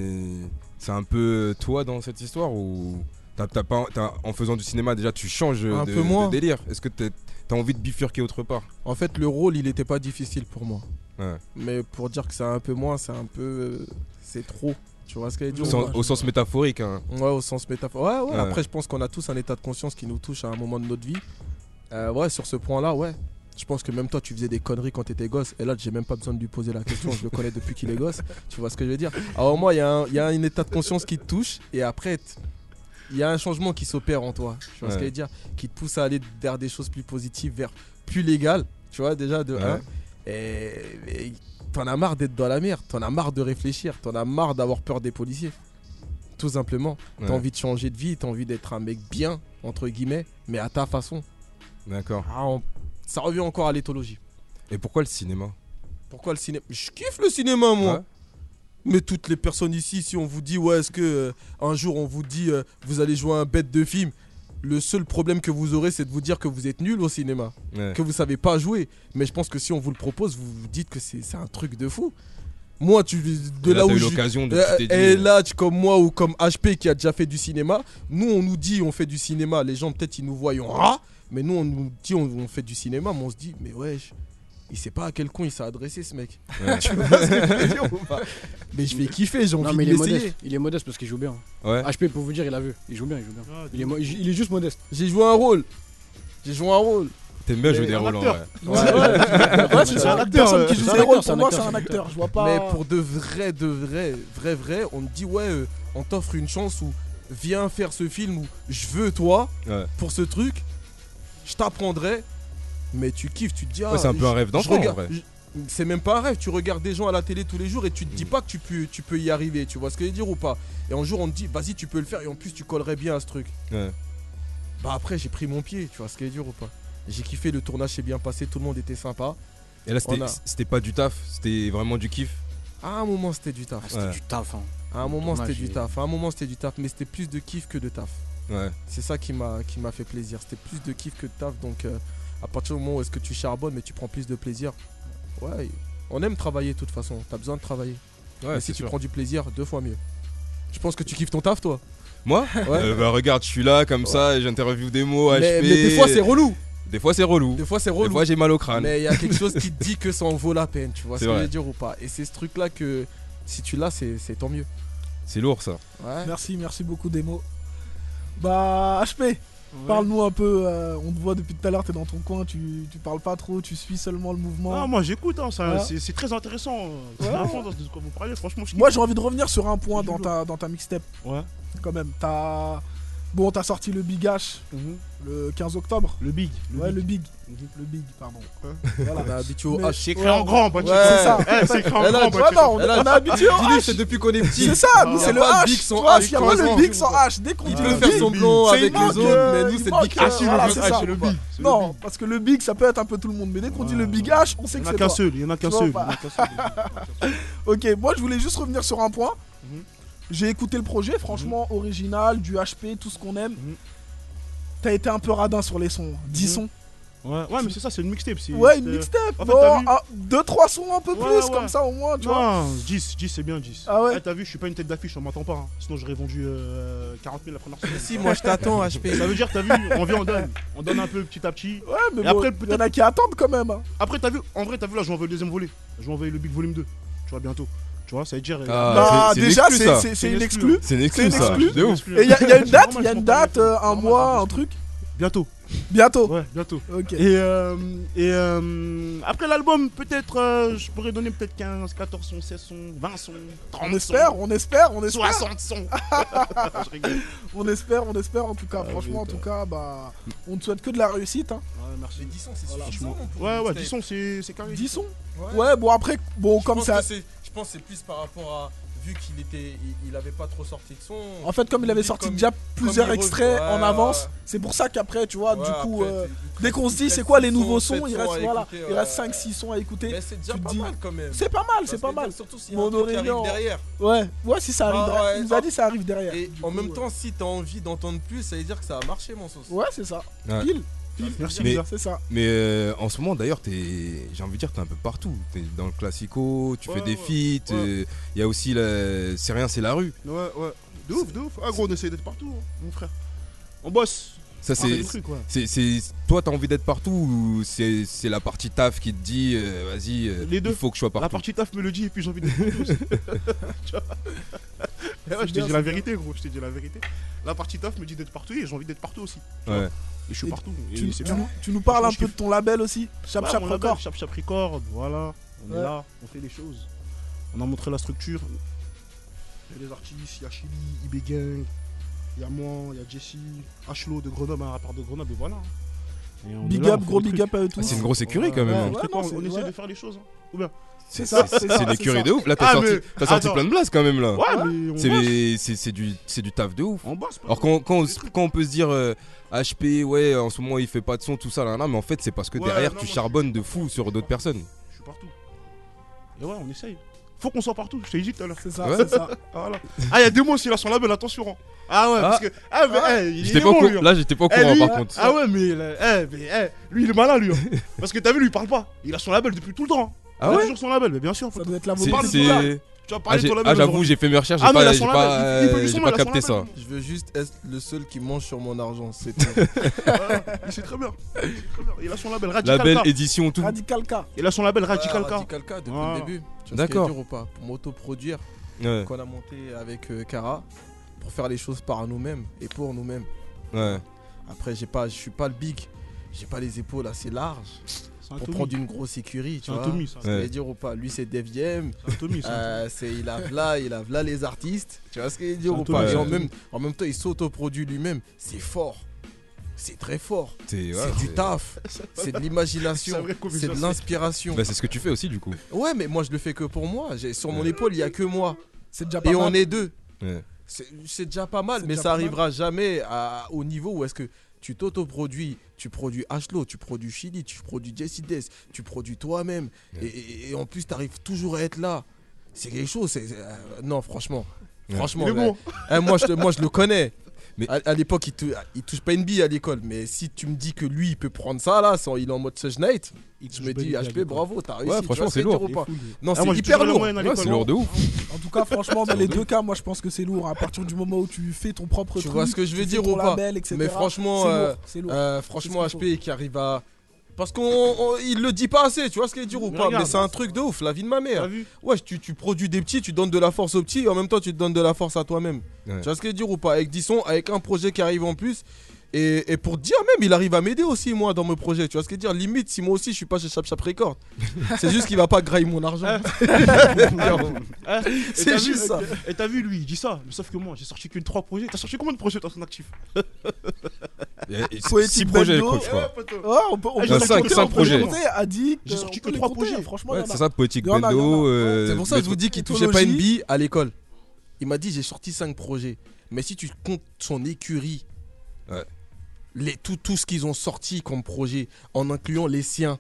c'est un peu euh, toi dans cette histoire ou t'as- t'as pas- t'as- en faisant du cinéma déjà tu changes
Un
de,
peu moins.
de délire Est-ce que t'es- t'as envie de bifurquer autre part
En fait, le rôle, il n'était pas difficile pour moi.
Ouais.
Mais pour dire que c'est un peu moins, c'est un peu. euh, C'est trop. Tu vois ce qu'il veut dire
Au
ou
Ouais,
sens,
pas
au sens métaphorique. hein.
Ouais, au sens métaphore. Ouais, ouais,
Ouais.
Après, je pense qu'on a tous un état de conscience qui nous touche à un moment de notre vie. Euh, ouais, sur ce point-là, ouais. Je pense que même toi, tu faisais des conneries quand t'étais gosse. Et là, j'ai même pas besoin de lui poser la question. je le connais depuis qu'il est gosse. Tu vois ce que je veux dire Alors, moi, il y, a un- il y a un état de conscience qui te touche. Et après, t- il y a un changement qui s'opère en toi. Tu vois ce
Ouais.
que je veux dire Qui te pousse à aller vers des choses plus positives, vers plus légales. Tu vois, déjà, de
Ouais.
un. Et, et t'en as marre d'être dans la merde. T'en as marre de réfléchir. T'en as marre d'avoir peur des policiers. Tout simplement.
Ouais.
T'as envie de changer de vie, t'as envie d'être un mec bien, entre guillemets, mais à ta façon.
D'accord.
Ah, on- Ça revient encore à l'éthologie.
Et pourquoi le cinéma
Pourquoi le cinéma Je kiffe le cinéma, moi.
Ouais.
Mais toutes les personnes ici, si on vous dit, ouais, est-ce que euh, un jour on vous dit, euh, vous allez jouer un bête de film, le seul problème que vous aurez, c'est de vous dire que vous êtes nul au cinéma,
Ouais.
que vous savez pas jouer. Mais je pense que si on vous le propose, vous vous dites que c'est c'est un truc de fou. Moi, tu, de
Et
là,
t'as
où
eu
je,
l'occasion de.
Euh,
tu t'es
Et
dit,
là, tu- comme moi ou comme HP qui a déjà fait du cinéma, nous on nous dit on fait du cinéma, les gens peut-être ils nous voient, ils ont ah, mais nous on nous dit on, on fait du cinéma, mais on se dit mais wesh, il sait pas à quel con il s'est adressé ce mec.
Ouais.
Tu vois ce que je veux dire ou pas Mais je vais kiffer, j'ai
Non,
envie
mais il
de
est
l'essayer.
modeste. Il est modeste parce qu'il joue bien.
Ouais.
HP, pour vous dire, il a vu. Il joue bien, il joue bien.
Ah,
Il est, mo- il il est juste modeste.
J'ai joué un rôle, j'ai joué un rôle.
T'aimes bien
mais
jouer des
un
rôles en
acteur.
vrai.
Ouais.
Ouais, c'est
C'est
ça.
un
La
acteur,
personne
euh,
qui
c'est
joue
un
des
acteur,
rôles,
c'est
pour
un
moi, c'est
acteur,
un
c'est un
acteur. Je vois pas.
Mais pour de vrai, de vrai, vrai, vrai, on me dit ouais, euh, on t'offre une chance ou viens faire ce film où je veux toi
Ouais.
pour ce truc, je t'apprendrai, mais tu kiffes, tu te dis ah,
Ouais, c'est un peu un rêve
je
d'enfant en
regarde-
vrai.
je- C'est même pas un rêve, tu regardes des gens à la télé tous les jours et tu te dis pas que tu peux, tu peux y arriver, tu vois ce que je veux dire ou pas. Et un jour on te dit vas-y tu peux le faire et en plus tu collerais bien à ce truc.
Ouais.
Bah après j'ai pris mon pied, tu vois ce que je veux dire ou pas. J'ai kiffé, le tournage s'est bien passé, tout le monde était sympa.
Et là c'était
On a-
c'était pas du taf, c'était vraiment du kiff.
À un moment c'était du taf.
Ah, c'était
Ouais.
du taf. Hein.
À un
Le
moment c'était
tournage
du
est-
taf, à un moment c'était du taf, mais c'était plus de kiff que de taf.
Ouais.
C'est ça qui m'a qui m'a fait plaisir. C'était plus de kiff que de taf, donc euh, à partir du moment où est-ce que tu charbonnes, mais tu prends plus de plaisir. Ouais, on aime travailler de toute façon. T'as besoin de travailler. mais si tu prends du plaisir, deux fois mieux. Je pense que tu kiffes ton taf, toi.
Moi
Ouais.
Euh, bah, Regarde, je suis là comme ça et j'interview des mots
mais,
HP.
mais des fois, c'est relou.
Des fois, c'est relou.
Des fois, c'est
Des
relou.
fois, j'ai mal au crâne.
mais il y a quelque chose qui te dit que ça en vaut la peine. Tu vois
C'est
ce que je
vrai.
veux dire ou pas Et c'est ce truc-là que si tu l'as, c'est c'est tant mieux.
C'est lourd ça.
Ouais.
Merci, merci beaucoup, Demo. Bah, HP, parle-nous un peu. euh, on te voit depuis tout à l'heure, t'es dans ton coin, tu, tu parles pas trop, tu suis seulement le mouvement.
Ah, moi j'écoute, hein, ça-
Ouais.
c'est c'est très intéressant. euh, C'est
Ouais.
à fond dans ce de quoi vous parlez, franchement je
Moi, j'ai envie de revenir sur un point
Du
dans
lourd.
ta, dans ta mixtape,
kiffe. Ouais.
quand même. T'as. Bon, t'as sorti le Big H le 15 octobre.
Le big. Le
ouais,
big.
le Big. Le Big, pardon. Voilà.
On est habitué au
Mais-
H.
C'est écrit en grand, Patrick.
Ouais.
C'est ça.
Eh, c'est écrit en
Elle a-
grand, Patrick.
Vraiment, bah, on,
Elle a-
on est habitué au
Dis-lui,
H.
c'est depuis qu'on est petit.
C'est ça,
Ah,
nous
y a
c'est le H.
pas de Big sans
tu vois,
H,
y a pas
heureusement.
le Big sans H. Dès qu'on
Il
dit
peut
le
faire
Big,
semblant
c'est
avec
une
les
marque,
autres, mais
euh,
nous
il
c'est
manque,
Big
euh,
Ah, si,
voilà,
le
c'est
big. Ah,
ça.
c'est le big. c'est le
Non,
big.
parce que le Big, ça peut être un peu tout le monde. Mais dès qu'on dit
Ouais.
le Big H, on sait
Il
que
n'y en a
c'est
qu'un
toi.
seul, il n'y en a qu'un
Tu vois
seul.
pas.
il y en a qu'un seul.
Ok, moi je voulais juste revenir sur un point.
Mhm.
J'ai écouté le projet, franchement original, du HP, tout ce qu'on aime.
Mhm.
T'as été un peu radin sur les sons, 10
Mhm.
sons.
Ouais, ouais, mais c'est ça, c'est une mixtape. c'est-
Ouais,
c'est-
une mixtape,
en fait, t'as
bon,
vu-
un- deux, trois sons un peu
Ouais,
plus,
ouais.
comme ça au moins, tu vois.
Non, 10, 10 c'est bien 10.
Ah ouais
Eh, T'as vu, je suis pas une tête d'affiche, on m'attend pas. hein. Sinon j'aurais vendu euh, 40 000 la première semaine.
Si, moi je t'attends, HP.
Ça veut dire, t'as vu, on vient, on donne. On donne un peu petit à petit.
Ouais, mais
Et
bon,
après,
y en a qui attendent quand même. hein.
Après, t'as vu, en vrai, t'as vu, là, je vais envoyer le deuxième volet. Je vais envoyer le Big Volume 2. Tu vois, bientôt. Tu vois, ça veut dire. euh,
Ah,
bah,
c'est- c'est une
déjà,
exclu,
c'est-
ça.
c'est
C'est
c'est une
une
exclue.
C'est une
C'est
exclu
une
ça.
exclu.
De ouf.
Et il y, a- y a une date,
Normal,
y a
je
une
prends pas
date,
les-
euh, un
normal,
mois,
je
un truc.
Bientôt.
Bientôt.
Ouais, bientôt.
Ok.
Et, euh, et euh, après l'album, peut-être, euh, je pourrais donner peut-être 15, 14 sons, 16 sons, 20 sons, 30
On espère,
sons,
on espère, on espère,
60 sons. je rigole.
on espère, on espère en tout cas.
Ah,
Franchement, en tout cas, bah, on te souhaite que de la réussite. Hein.
Ouais, merci.
10 ans, c'est
Franchement. Ouais, ouais, 10 sons, c'est c'est carré.
10 sons.
Ouais.
Ouais, bon après, bon
Je
comme
pense
ça,
que c'est- Je pense que c'est plus par rapport à. Vu qu'il était. Il, il avait pas trop sorti de son.
En fait, comme il avait sorti
Comme-
déjà plusieurs
il re-
extraits
ouais,
en avance,
ouais.
c'est pour ça qu'après, tu vois,
Ouais,
du coup,
après,
euh,
il- il
dès qu'on se dit
reste
c'est quoi
six
les nouveaux
sept
sons, il
à
reste, voilà,
écouter,
il
ouais.
reste 5-6 sons à écouter.
Mais c'est déjà
tu te
pas
dis-
mal quand même.
C'est pas mal,
Parce
c'est
que
pas mal.
Surtout s'il y a
Mon
un truc qui
Aurélien.
arrive derrière.
Ouais, ouais, si ça arrive
Ah,
derrière.
ouais,
il nous
ça-
a dit ça arrive derrière.
Et
Du
en
coup,
même
euh,
temps, si t'as envie d'entendre plus, ça veut dire que ça a marché, mon sauce.
Ouais, c'est ça.
Ouais.
Pile,
Merci,
Mais-
les gars.
c'est ça.
Mais euh, en ce moment d'ailleurs, t'es- j'ai envie de dire, t'es un peu partout. T'es dans le classico, tu
Ouais,
fais des
ouais.
feats.
Ouais.
euh, Il y a aussi la... C'est rien, c'est la rue.
Ouais, ouais. De ouf, de ouf. Ah, gros, on essaie d'être partout, hein, mon frère. On bosse.
Ça,
On fait
c'est.
des trucs, ouais.
c'est- c'est- Toi, t'as envie d'être partout ou c'est c'est la partie taf qui te dit, euh, vas-y, euh,
Les deux.
il faut que je sois
La
partout
partie taf me le dit et puis j'ai envie d'être partout aussi. Tu vois Eh ouais,
bien,
je t'ai dit
c'est
la vérité, gros. Je t'ai dit la vérité. La partie taf me dit d'être partout et j'ai envie d'être partout aussi. tu vois.
Ouais.
Et je suis
Et
partout. et
Tu,
c'est
tu
bien.
nous- tu nous parles un
Franchement,
peu de ton label aussi, Chap
Ouais,
Chap
mon label,
Record.
Chap Chap Record, voilà. On
Ouais.
est là, on fait des choses. On a montré la structure. Il y a des artistes, il y a Chili, IB Gang, il y a moi, il y a Jesse, Ashlo de Grenoble, un rapport de Grenoble, et voilà. Et on est
Big
là,
up,
on fait
gros
des
big
trucs.
up à eux
Ah,
tous.
c'est une grosse écurie quand
Ouais,
même. hein.
on
Ouais,
fait quoi
non,
On- on
c'est-
essaie
ouais.
de faire les choses. hein. Ou bien
C'est ça, c'est ça,
C'est une
c'est
écurie
ça.
de ouf. Là, t'as
Ah,
sorti,
mais-
t'as sorti
attends.
plein de blases quand même là.
Ouais, mais on
C'est
bosse.
les- c'est- c'est du, c'est du taf de ouf.
On bosse.
Alors
parce
quand, quand, on, s- quand on peut se dire euh, HP, ouais, en ce moment il fait pas de son, tout ça, là, là, mais en fait c'est parce que
Ouais,
derrière
non,
tu
moi,
charbonnes
je-
de fou sur d'autres personnes.
que Je suis partout. Et ouais, on essaye. Faut qu'on soit partout, je t'ai dit tout à l'heure.
C'est ça,
Ouais.
c'est ça.
Ah, voilà. Ah, il y a deux mots aussi là sur la belle, attention. hein. Ah ouais,
Ah.
parce que. Ah, mais
Ah.
eh, il
J'étais
est
pas au
bon,
courant-
lui, hein.
là j'étais pas au
Eh,
courant
lui,
par contre.
Ah ouais, mais, il a- eh, mais, eh, lui il est malin lui. hein. Parce que t'as vu, lui il parle pas. Il a son label depuis tout le temps. hein.
Ah
il a
ouais
toujours son label, mais bien sûr. faut-
Ça doit être la
C'est-
parle
vôtre.
de
c'est-
toi, Tu
Ah,
vas parler de
j'ai-
ton label.
ah, j'avoue,
aujourd'hui.
j'ai fait mes recherches, j'ai
Ah non, il
pas,
a
j'ai
son
pas,
label. Il- il peut-
euh,
il
j'ai
s'en
pas
va, il a son
capté ça.
label,
Je veux juste être le seul qui mange sur mon argent, c'est tout.
Voilà, Il sait très bien. Il sait très bien. Il a son label Radical
Label,
K.
édition,
Ah,
tout.
Radical K.
Il a son label Radical
Radical
K.
K depuis
Voilà.
le début. Tu vois ce que je veux
D'accord.
dire ou pas Pour m'autoproduire,
Ouais,
qu'on a monté avec euh, Cara, pour faire les choses par nous-mêmes et pour nous-mêmes.
ouais.
Après, j'ai pas, je suis pas le big, j'ai pas les épaules assez larges
C'est un
pour
Tommy.
prendre une grosse sécurité, tu
C'est un
vois.
Tommy, ça.
Ouais.
Je veux dire ou pas Lui, c'est Def Jam,
C'est un Tommy, ça.
euh, c'est il a là, il a là les artistes. Tu vois ce qu'il dit
C'est un
ou
Tommy,
pas Et
c'est un
en même, en même temps, il s'autoproduit lui-même. C'est fort, c'est très fort.
C'est ouais,
c'est du
c'est-
taf, c'est de l'imagination,
C'est vrai qu'on fait
c'est
ça,
de
c'est-
l'inspiration.
Bah, c'est ce que tu fais aussi du coup.
Ouais, mais moi je le fais que pour moi. J'ai- Sur mon
Ouais.
épaule, il y a que moi.
C'est déjà pas
Et
mal.
on est deux.
Ouais.
C'est c'est déjà pas mal,
C'est
mais
déjà
ça
pas mal.
arrivera jamais à- au niveau où est-ce que tu t'autoproduis, tu produis Ashlo, tu produis Chili, tu produis Jesse Death, tu produis toi-même.
Ouais.
Et, et- et en plus, t'arrives toujours à être là. C'est quelque chose. c'est- c'est- euh, non, franchement.
Ouais.
Franchement,
Il est
ouais.
bon.
Eh, moi, je, te- moi je le connais.
Mais-
À, à l'époque, il, tou- il touche pas une bille à l'école. Mais si tu me dis que lui, il peut prendre ça là, sans, il est en mode Sage Knight, je me dis HP, bravo, t'as réussi. tu
franchement,
vois ce
c'est
que je veux
lourd.
dire ou pas
Ah,
Non, c'est
moi, j'ai
hyper
toujours la
lourd.
moyenne à
Ouais,
l'école.
c'est lourd de ouf.
En tout cas, franchement, dans
C'est
les
horrible.
deux cas, moi je pense que c'est lourd. À partir du moment où tu fais ton propre
Tu
truc,
vois ce que je veux
tu fais
dire
ton
ou pas
label, etc.,
Mais franchement,
c'est
euh,
lourd, c'est lourd.
Euh, franchement, HP qui arrive à. Parce qu'on on- il le dit pas assez, tu vois ce qu'il dit ou
Mais
pas,
regarde.
mais c'est un truc de ouf, la vie de ma
T'as
mère.
vu
Ouais, tu, tu produis des petits, tu donnes de la force aux petits, et en même temps tu te donnes de la force à toi-même.
Ouais.
Tu vois ce qu'il dit ou pas, avec 10 sons, avec un projet qui arrive en plus. Et, et pour dire même, il arrive à m'aider aussi moi dans mes projets, tu vois ce qu'il dire Limite, si moi aussi je suis pas chez Chap Chap Record, c'est juste qu'il va pas grailler mon argent.
Ah, et
Hein c'est
t'as vu-
juste ça.
Et t'as vu, lui, il dit ça. Mais sauf que moi, j'ai sorti que 3 projets. T'as sorti combien de projets dans ton
Eh
actif
Et- et
Poétique
Six projets,
Bendo,
quoi, je crois.
Ouais, on peut, on
Ah,
peut
j'ai
les
sorti
compter,
que
on
cinq
peut les
projets.
compter. Addict,
J'ai
euh,
sorti
on
que
peut les
trois
compter,
projets.
Franchement,
Ouais,
il y en
c'est
a.
ça, Poétique
Il y en a, il y en
Bendo.
a.
euh,
C'est pour ça que je vous
Metro-
dis qu'il touchait pas une bille à l'école. Il m'a dit j'ai sorti 5 projets. Mais si tu comptes son écurie,
Ouais.
les, tout, tout ce qu'ils ont sorti comme projet, en incluant les siens,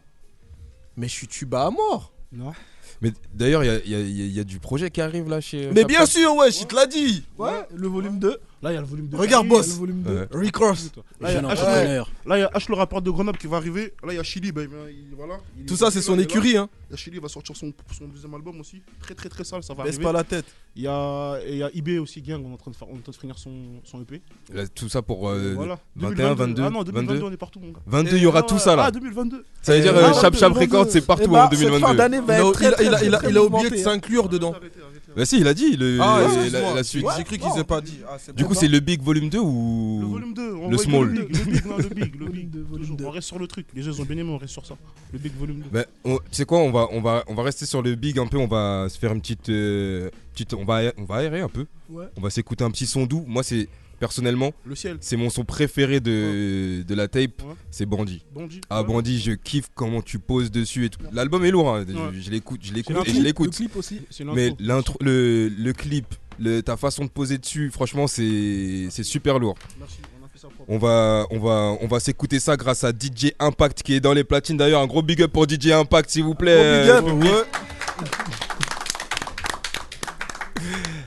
mais je suis tuba à mort.
Non.
Mais d'ailleurs, il y a- il y, a- il y a- il y a du projet qui arrive là chez. euh,
Mais bien sûr, ouais, je te l'a dit.
Ouais, le volume 2.
Là, il y a le volume de.
Regarde,
Paris,
boss.
Le volume 2.
Ouais.
Rick Ross.
Là, il y a
Jeune
H-
entrepreneur.
Là, il y a H, le rapport de Grenoble qui va arriver. Là, il y a Chili. ben, il- voilà, Il-
Tout ça, c'est son
il est là.
écurie. Hein.
Il y a Chili il va sortir son, son deuxième album aussi. Très, très, très sale. Ça va
Baisse
arriver.
pas la tête.
Il y a, et il y a IB aussi, Gang. On est en train de, faire, on est en train de finir son, son EP.
Là, tout ça pour. euh,
voilà.
21, 22,
Ah non, 2022,
22.
on est partout, mon gars.
22, il y aura
Ah,
tout ça là.
Ah, 2022.
Ça veut dire
Ah,
euh,
ouais,
Chap Chap
2022.
Record, c'est
Eh
partout
bah,
ben,
en
cette fin
2022.
d'année
Il
va
a,
être très,
il a- il a-
très,
il a-
très
il a oublié de
mouvementée, hein.
s'inclure dedans.
Arrêtez, arrêtez, arrêtez.
Bah si, il a dit le-
Ah,
la-
excuse-moi.
la, suite.
J'ai cru qu'ils
non.
aient pas dit. Ah, c'est
Du
bon.
coup, c'est le Big Volume 2 ou
Le volume 2, on voit
Le
que
small.
Le big, le big, non, le big, le
Volume
big.
deux, volume
toujours.
deux.
On reste sur le truc. Les jeux ont bien aimé, on reste sur ça. Le big volume 2.
Bah, on- tu sais quoi, on va, on, va, on va rester sur le big un peu, on va se faire une petite. euh, petite on, va, on va aérer un peu.
Ouais.
On va s'écouter un petit son doux. Moi, c'est personnellement,
Le ciel,
c'est mon son préféré de, de la tape,
Ouais.
c'est Bandit.
bandit.
Ah,
Ouais.
Bandit, je kiffe comment tu poses dessus et tout. L'album est lourd, hein. Je-
Ouais.
je, l'écoute, je l'écoute
l'intro,
et je
Le
l'écoute.
clip aussi.
C'est
Mais
l'intro.
l'intro, le, le clip, le- ta façon de poser dessus, franchement, c'est c'est super lourd.
Merci, on a fait ça propre.
On va, on va, on va s'écouter ça grâce à DJ Impact qui est dans les platines d'ailleurs. Un gros big up pour DJ Impact, s'il vous plaît. Euh,
Un
ouais.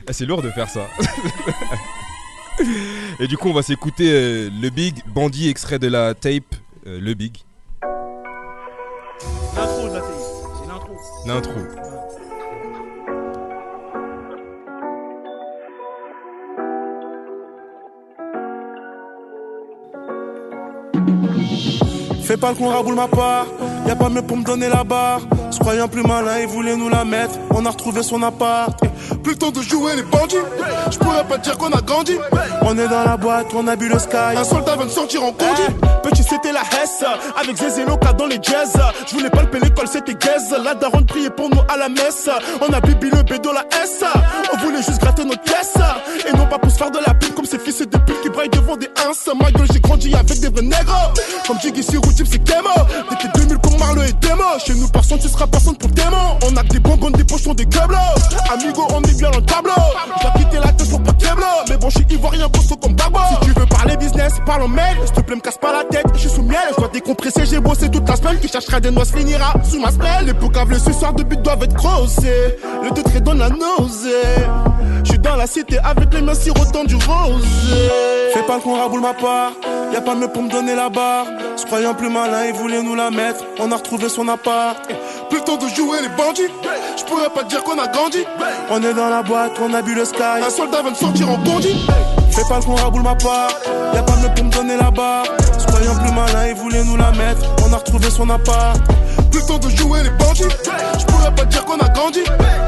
Eh, C'est lourd de faire ça. Et du coup, on va s'écouter euh, le big bandit extrait de la tape, euh, le big,
L'intro de la télé. C'est l'intro.
l'intro.
Fais pas le con raboule ma part, y a pas mieux pour me donner la barre. Se croyant plus malin, il voulait nous la mettre, on a retrouvé son appart. Plus le temps de jouer les bandits, je pourrais pas dire qu'on a grandi. On est dans la boîte, on a bu le sky. Un soldat vient de sortir en conduit. Petit c'était la Hesse, avec Zézéloca dans les jazz. Je voulais pas le l'école, c'était gaze. La daronne priait pour nous à la messe. On a bibi le bédo la S. On voulait juste gratter notre pièce. Et non pas pour se faire de la pub comme ces fils de pute qui braillent devant des ins. Ma gueule, j'ai grandi avec des vrais négros. Comme Jiggy sur Utip, c'est Kemo. T'étais 2000 pour Marle et Demo. Chez nous, personne, tu seras personne pour démon. On a que des bonbons, des pochons, des câbles. Amigo, on est bien dans le tableau. J'ai quitté la tête pour pas câble. Mais bon, je suis ivoirien, costaud comme Bagbo. Si tu veux parler business, parle en mail. S'il te plaît, me casse pas la tête. Je suis sous miel. Je dois décompresser, j'ai bossé toute la semaine. Qui cherchera des noix se finira sous ma semelle. Les poucaves, le suceur de but doivent être grossés. Le teutré donne la nausée. Je suis dans la cité avec les mains sirotant du rosé. Fais pas le con raboule ma part, y a pas mieux pour me donner la barre. Se croyant plus malin, il voulait nous la mettre. On a retrouvé son appart. Plus le temps de jouer les bandits, je pourrais pas dire qu'on a grandi. On est dans la boîte, on a bu le sky. Un soldat va me sortir en bandit. Fais pas le con raboule ma part, y a pas mieux pour me donner la barre. Se croyant plus malin, il voulait nous la mettre. On a retrouvé son appart. Plus le temps de jouer les bandits, je pourrais pas dire qu'on a grandi.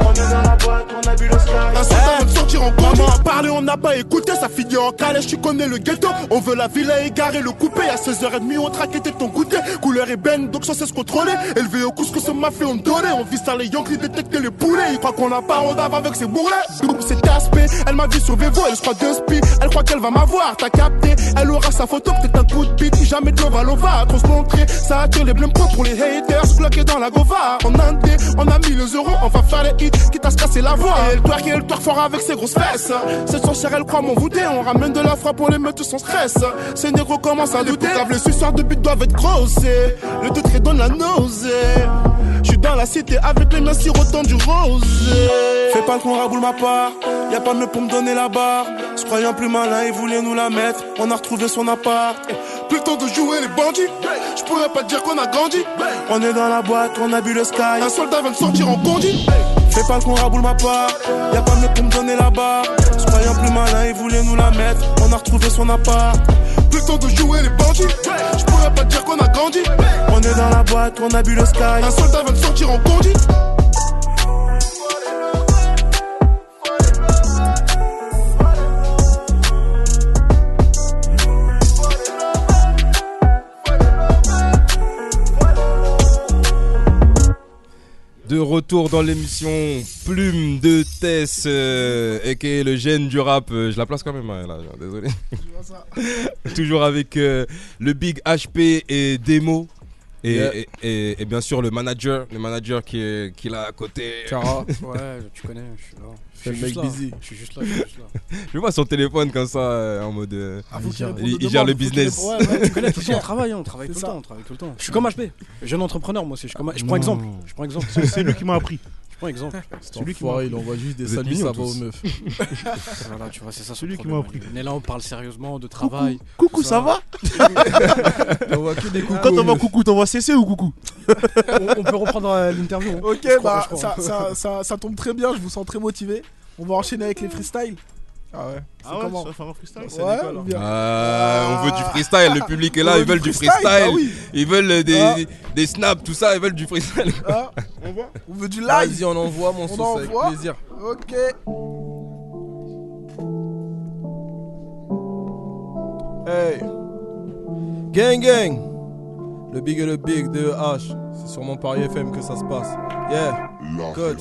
On est dans la boîte, on a bu le sky. Un soldat va me sortir en bandit. On a parlé, on n'a pas écouté, ça finit en calèche, tu connais le ghetto. On veut la ville à égarer, le coupé. À 16h30, on traquait ton goûter. Couleur ébène, donc sans cesse contrôlé. Élevé au couscous, on m'a fait on donnait. On vit ça, les Yankees détecter les poulets. Ils croient qu'on a pas, on dave avec ses bourrelets. Groupe, c'est aspect. Elle m'a dit, sauvez-vous, elle se croit de spi. Elle croit qu'elle va m'avoir, t'as capté. Elle aura sa photo, peut-être un coup de bite. Si Jamais de l'ova, l'ova, trop se montrer. Ça attire les blêmes pots pour les haters. Bloqués dans la gova. En indé, on a mis les euros, on va faire les hits. Quitte à se casser la voix. Et elle twerk, et elle twerk fort avec ses grosses fesses. Cette sorcière, elle croit m'envoûter. On ramène de la frappe pour les meutes sans stress. Ces négros commencent à douter. Les suceurs de but doivent être grossés. Le teutré donne la nausée. Je suis dans la cité avec les mains sirotant du rosé. Fais pas le con raboule ma part.
y a pas mieux pour me donner la barre. Se croyant plus malin, ils voulaient nous la mettre. On a retrouvé son appart. Eh, Plus le temps de jouer les bandits. Je pourrais pas dire qu'on a grandi. On est dans la boîte, on a bu le sky. Un soldat va me sortir en condi. Fais pas le con raboule ma part. Y a pas mieux pour me donner la barre. Se croyant plus malin, ils voulaient nous la mettre. On a retrouvé son appart. Plus le temps de jouer les bandits. Je pourrais pas dire qu'on a grandi. On est dans la boîte, on a bu le sky. Un soldat va me sortir en condi.
De retour dans l'émission Plume de Tess, euh, aka le gène du rap. Euh, je la place quand même, hein, là, genre, désolé.
Tu vois ça
Toujours avec euh, le big HP et Demo. Et,
Yeah.
et- et- et bien sûr le manager, le manager qui est, qui est là à côté.
Cara, Ah, ouais, tu connais, je suis là. Je
C'est
suis
le
juste
mec
là.
busy.
Je suis juste là, je suis juste là.
Je vois son téléphone comme ça euh, en mode. euh,
Ah, faut qu'il
il-
réponde aux
il gère le
demandes, faut qu'il
business.
réponde- ouais, ouais,
Tu connais, de toute façon, on travaille, hein, on travaille
C'est
tout le
ça.
temps, on travaille tout le temps. Je suis comme HP, jeune entrepreneur moi aussi, je, suis comme... je
Non.
prends exemple, je prends exemple,
C'est c'est lui qui m'a appris.
je prends exemple.
C'est
Celui
lui
qui
qui il envoie juste des
Vous êtes
saluts,
mignons
ça va aux
tous.
meufs.
Voilà, tu vois, c'est ça son
Celui qui
problème,
m'a appris.
ouais. On est là, on parle sérieusement de travail.
Coucou,
ça va
On voit que des coucous
Quand
aux
on va
meufs.
coucou, t'envoies CC ou coucou
on, on peut reprendre euh, l'interview. hein.
Ok,
Je crois,
bah
je
ça,
crois.
ça, ça, ça tombe très bien, je vous sens très motivé. On va enchaîner avec les freestyles.
Ah ouais.
C'est comment
ça va faire un freestyle
C'est
Ouais,
l'école,
ou
hein.
bien.
Ah, on veut du freestyle, le public est là,
On
ils
veut
veulent du freestyle,
bah oui.
ils veulent euh, des,
Ah.
des snaps, tout ça, ils veulent du freestyle.
Ah,
On voit
on veut du live.
Vas-y, on envoie mon
On
sous avec
envoie.
plaisir.
Ok.
Hey Gang gang Le big et le big de H. C'est sur mon pari FM que ça se passe. Yeah Code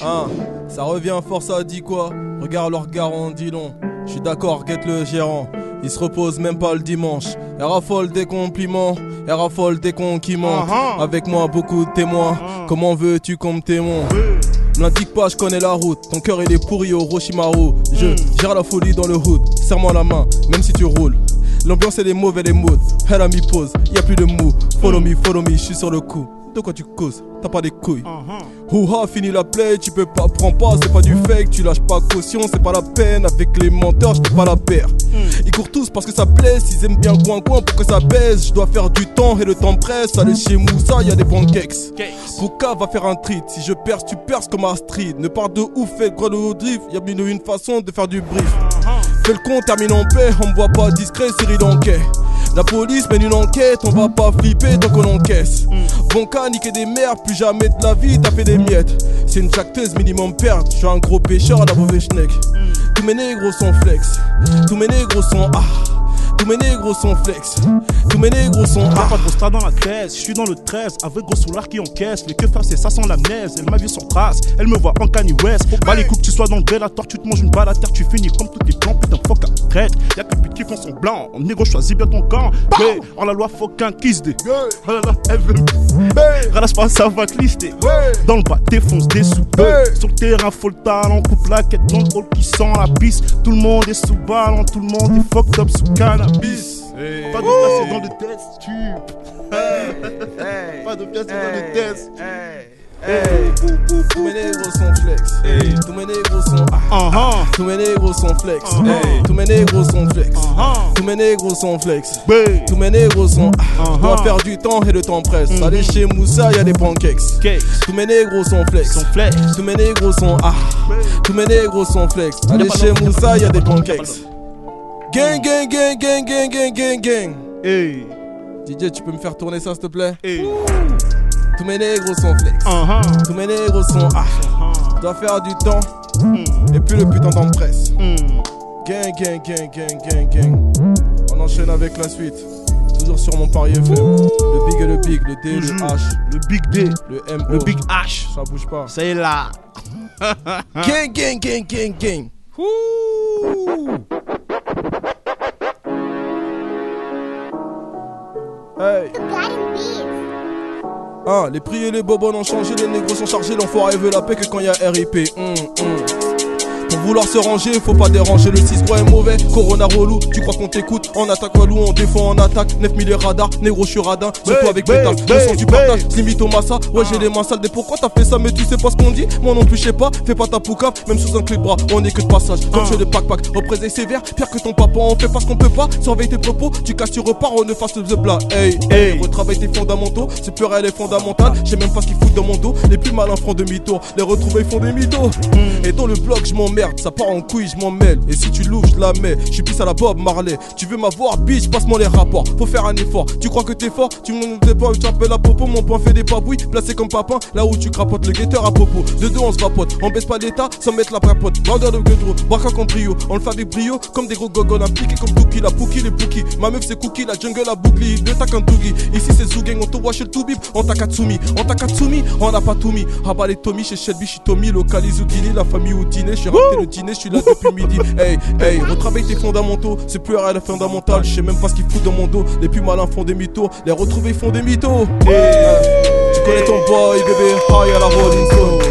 1 Ça revient fort ça dit quoi Regarde leur garant dit long Je suis d'accord guette le gérant Il se repose même pas le dimanche Elle raffole des compliments Elle raffole des conquiments
Ah, ah.
Avec moi beaucoup de témoins
Ah.
Comment veux-tu qu'on me témoigne me l'indique pas, je connais la route. Ton cœur il est pourri au Roshimaru. Je gère la folie dans le hood. Serre-moi la main, même si tu roules. L'ambiance elle est mauvaise, les moods. Hell à mi pause, y a plus de mou. Follow me, follow me, je suis sur le coup. De quoi tu causes T'as pas des couilles.
ah,
Houha, fini la play, tu peux pas, prends pas, c'est pas du fake, tu lâches pas caution, c'est pas la peine, avec les menteurs, j't'ai pas la paire. Ils courent tous parce que ça blesse, ils aiment bien coin coin pour que ça baisse, je dois faire du temps et le temps presse, allez chez Moussa, y a des pancakes. Bouka va faire un treat, si je perds, tu perds comme Astrid, ne pars de ouf, fais gros de haut drift, y a mille et une façon de faire du brief.
Ah,
Fais le con, termine en paix, on me voit pas discret, Cyril enquête. La police mène une enquête, on va pas flipper tant qu'on encaisse. Bon cas, niquer des merdes, plus jamais de la vie, taper des miettes. C'est une jacteuse minimum perte, je suis un gros pêcheur à la mauvaise schneck. Tous mes négros sont flex, tous mes négros sont ah. Tous mes négros sont flex, tous mes négros sont
Y'a
ah.
pas de gros star dans la thèse, je suis dans le 13 avec gros soulard qui encaisse. Les que faire, c'est ça sans l'amnèse. Elle m'a vu sur trace, elle me voit en Kanye West. Bah les coups que tu sois dans le délateur, tu te manges une balle à terre, tu finis comme toutes les plans. Putain, fuck la traite. Y'a que les putes qui font son blanc. En négro, choisis bien ton camp. Ouais, oh la loi, fuck un kiss des. Oh là là, elle veut me. Ralasse pas, ça va te lister. Dans le bas, défonce des sous Sur le terrain, faut le talent. Coupe la quête dans le hall qui sent la piste. Tout le monde est sous ballon, tout le monde est fucked up sous cannabis. Pas de place dans le test, tu. Pas de place dans le test.
Tous mes négros sont flex, tous mes négros sont ah.
Ah ah,
Tous mes négros sont flex,
Uh-huh.
Hey. tous mes négros sont flex,
ah ah.
tous mes négros sont flex.
Bé.
Tous mes négros sont ah.
Uh-huh.
Je dois faire du temps et le temps presse.
Mhm.
Allez chez Moussa, y a des pancakes.
Cakes.
Tous mes négros sont flex.
Son flex.
Tous mes négros sont ah. Tous mes négros sont flex. Allez chez Moussa, y a des pancakes. Gang, gang, gang, gang, gang, gang, gang, gang.
Hey,
DJ, tu peux me faire tourner ça, s'il te plaît
hey.
Tous mes négros sont flex.
Ah ah,
Tous mes négros sont ah.
ah.
Je dois faire du temps
Hmm,
et puis le putain temps presse.
hmm.
Gang, gang, gang, gang, gang, gang. On enchaîne avec la suite. Toujours sur mon pari FM. Le big et le big, le D, le
Toujours.
H,
Le Big D,
le M,
le Big H.
Ça bouge pas.
C'est là.
Gang, gang, gang, gang, gang. Ouh. Hey. Ah, les prix et les bobons ont changé, les négros sont chargés, l'enfoiré veut la paix que quand y a RIP. Hum, hum. Mm, Pour vouloir se ranger, faut pas déranger. Le 6 gros est mauvais, Corona relou. Tu crois qu'on t'écoute En attaque walou, on défend en attaque. 9000 radars, négro, je suis radin. Surtout
Hey,
avec
hey,
le taf, le
hey,
sens du
hey.
partage. Limite au massa, ouais, j'ai les mains sales. Des pourquoi t'as fait ça, mais tu sais pas ce qu'on dit Moi non plus, je sais pas. Fais pas ta poucave, même sous un clé de bras, on est que de passage.
Hein.
Comme chez le pack-pack, représailles sévère. Pire que ton papa, on fait pas ce qu'on peut pas. Surveille tes propos, tu casses, tu repars, on ne fasse le blabla. Hey, hey,
Hey.
retravaille tes fondamentaux. C'est peur, elle est fondamentale. Je sais même pas ce qu'ils foutent dans mon dos. Les plus malins feront demi-tour, les retrouvailles font des mythos. Et dans le bloc, je m'emmerde, ça part en couille, je m'en mêle. Et si tu l'ouvres, je la mets. Je suis pisse à la Bob Marley. Tu veux m'avoir, bitch, passe-moi les rapports. Faut faire un effort. Tu crois que t'es fort Tu me t'es pas, tu appelles à propos. Mon point fait des papouilles. Placé comme papin, là où tu crapotes le guetteur à propos. De deux, on se vapote. On baisse pas l'état sans mettre la papote. Vendeur de gueudreau, braquant comme brio. On le fait avec brio, comme des gros gogoles impliqués comme Dookie. La Pookie, les Pookie. Ma meuf, c'est Cookie, la jungle, à bouclier. Deux tacs en Doogie. Ici, c'est Zougang, on te wash le Toubib. On Takatsumi, on Takatsumi, on n'a pas tout mis. Rabat les Tommy chez Shelby, je suis Tommy. Localise Houdini, la famille Houdini. J'ai raté le dîner, je suis là depuis midi. Hey, hey, retravaille tes fondamentaux. C'est plus à la fondamentale. Je sais même pas ce qu'ils foutent dans mon dos. Les plus malins font des mythos. Les retrouvés font des mythos. Tu connais ton boy, bébé. High à la Rolling Stone.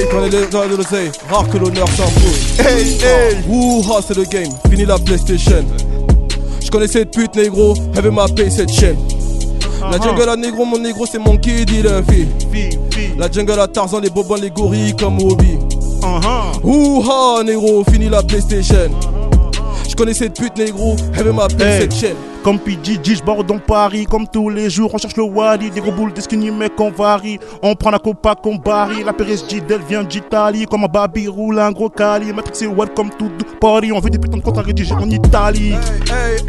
Tu connais les gars de l'oseille. Rare que l'honneur s'impose.
Hey, hey.
Wouha, c'est le game. Fini la PlayStation. Je connais cette pute négro. Elle veut ma paye cette chaîne. La
Uh-huh.
jungle à négro, mon négro, c'est mon kid, il est fille.
Fille, fille.
La jungle à Tarzan, les bobans, les gorilles comme hobby.
Uh-huh.
Ouha, négro, fini la PlayStation. Je connais cette pute, négro, elle veut m'appeler
Hey.
cette chaîne.
Comme PDG, je barre dans Paris, comme tous les jours, on cherche le Wadi, des gros boules, des skinny mecs qu'on varie. On prend la copa qu'on varie, la Perez Gidel vient d'Italie, comme un baby roule un gros cali, Matrix et Wad comme tout Paris, on veut des putains de comptes à rédiger en Italie.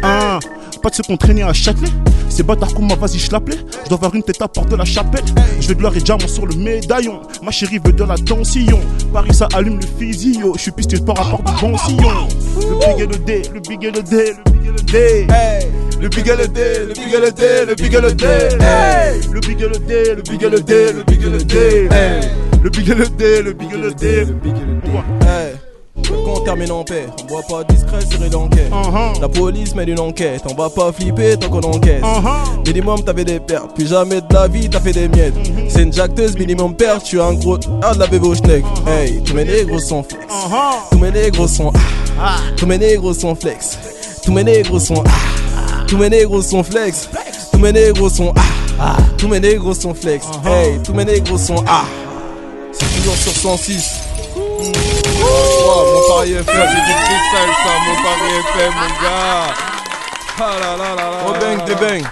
Hein, pas de se contraigner à Châtelet, c'est bâtard comme ma vas-y je l'appelais, je dois avoir une tête à porte de la chapelle, je veux de l'or et diamant sur le médaillon, ma chérie veut de la tension, Paris ça allume le physio, je suis pisté, je pars à porte du bon sillon. Le big et le D, le big et le D, le big et le D.
Hey, le big et le D, le big et le D, le big et le D. Hey,
Le big
E
et le D, le big et
le
le
D,
D,
le big
le big
et le D. Hey.
et le D. Le big et le D, le big et le D.
hey. Quand on termine en paix, on boit pas discret, c'est l'enquête.
Ah.
La police mène une enquête, on va pas flipper tant qu'on enquête.
Ah.
Minimum t'avais des pertes, puis jamais de la vie t'as fait des miettes.
Mm-hmm.
C'est une jacteuse, minimum perte, tu as un gros ah de la bébé au schneck. Hey, tous mes négros sont flex.
Ah.
Tous mes négros sont ah. Tous mes négros sont flex. Tous mes négros sont ah. Tous mes négros sont flex. Tous mes négros sont ah. Tous mes négros sont flex. Hey, tous mes négros sont ah. C'est toujours sur 106.
Oh, mon pari FM, c'est du freestyle ça, mon pari FM, mon gars. Ah là là là là.
Oh bang, des bang.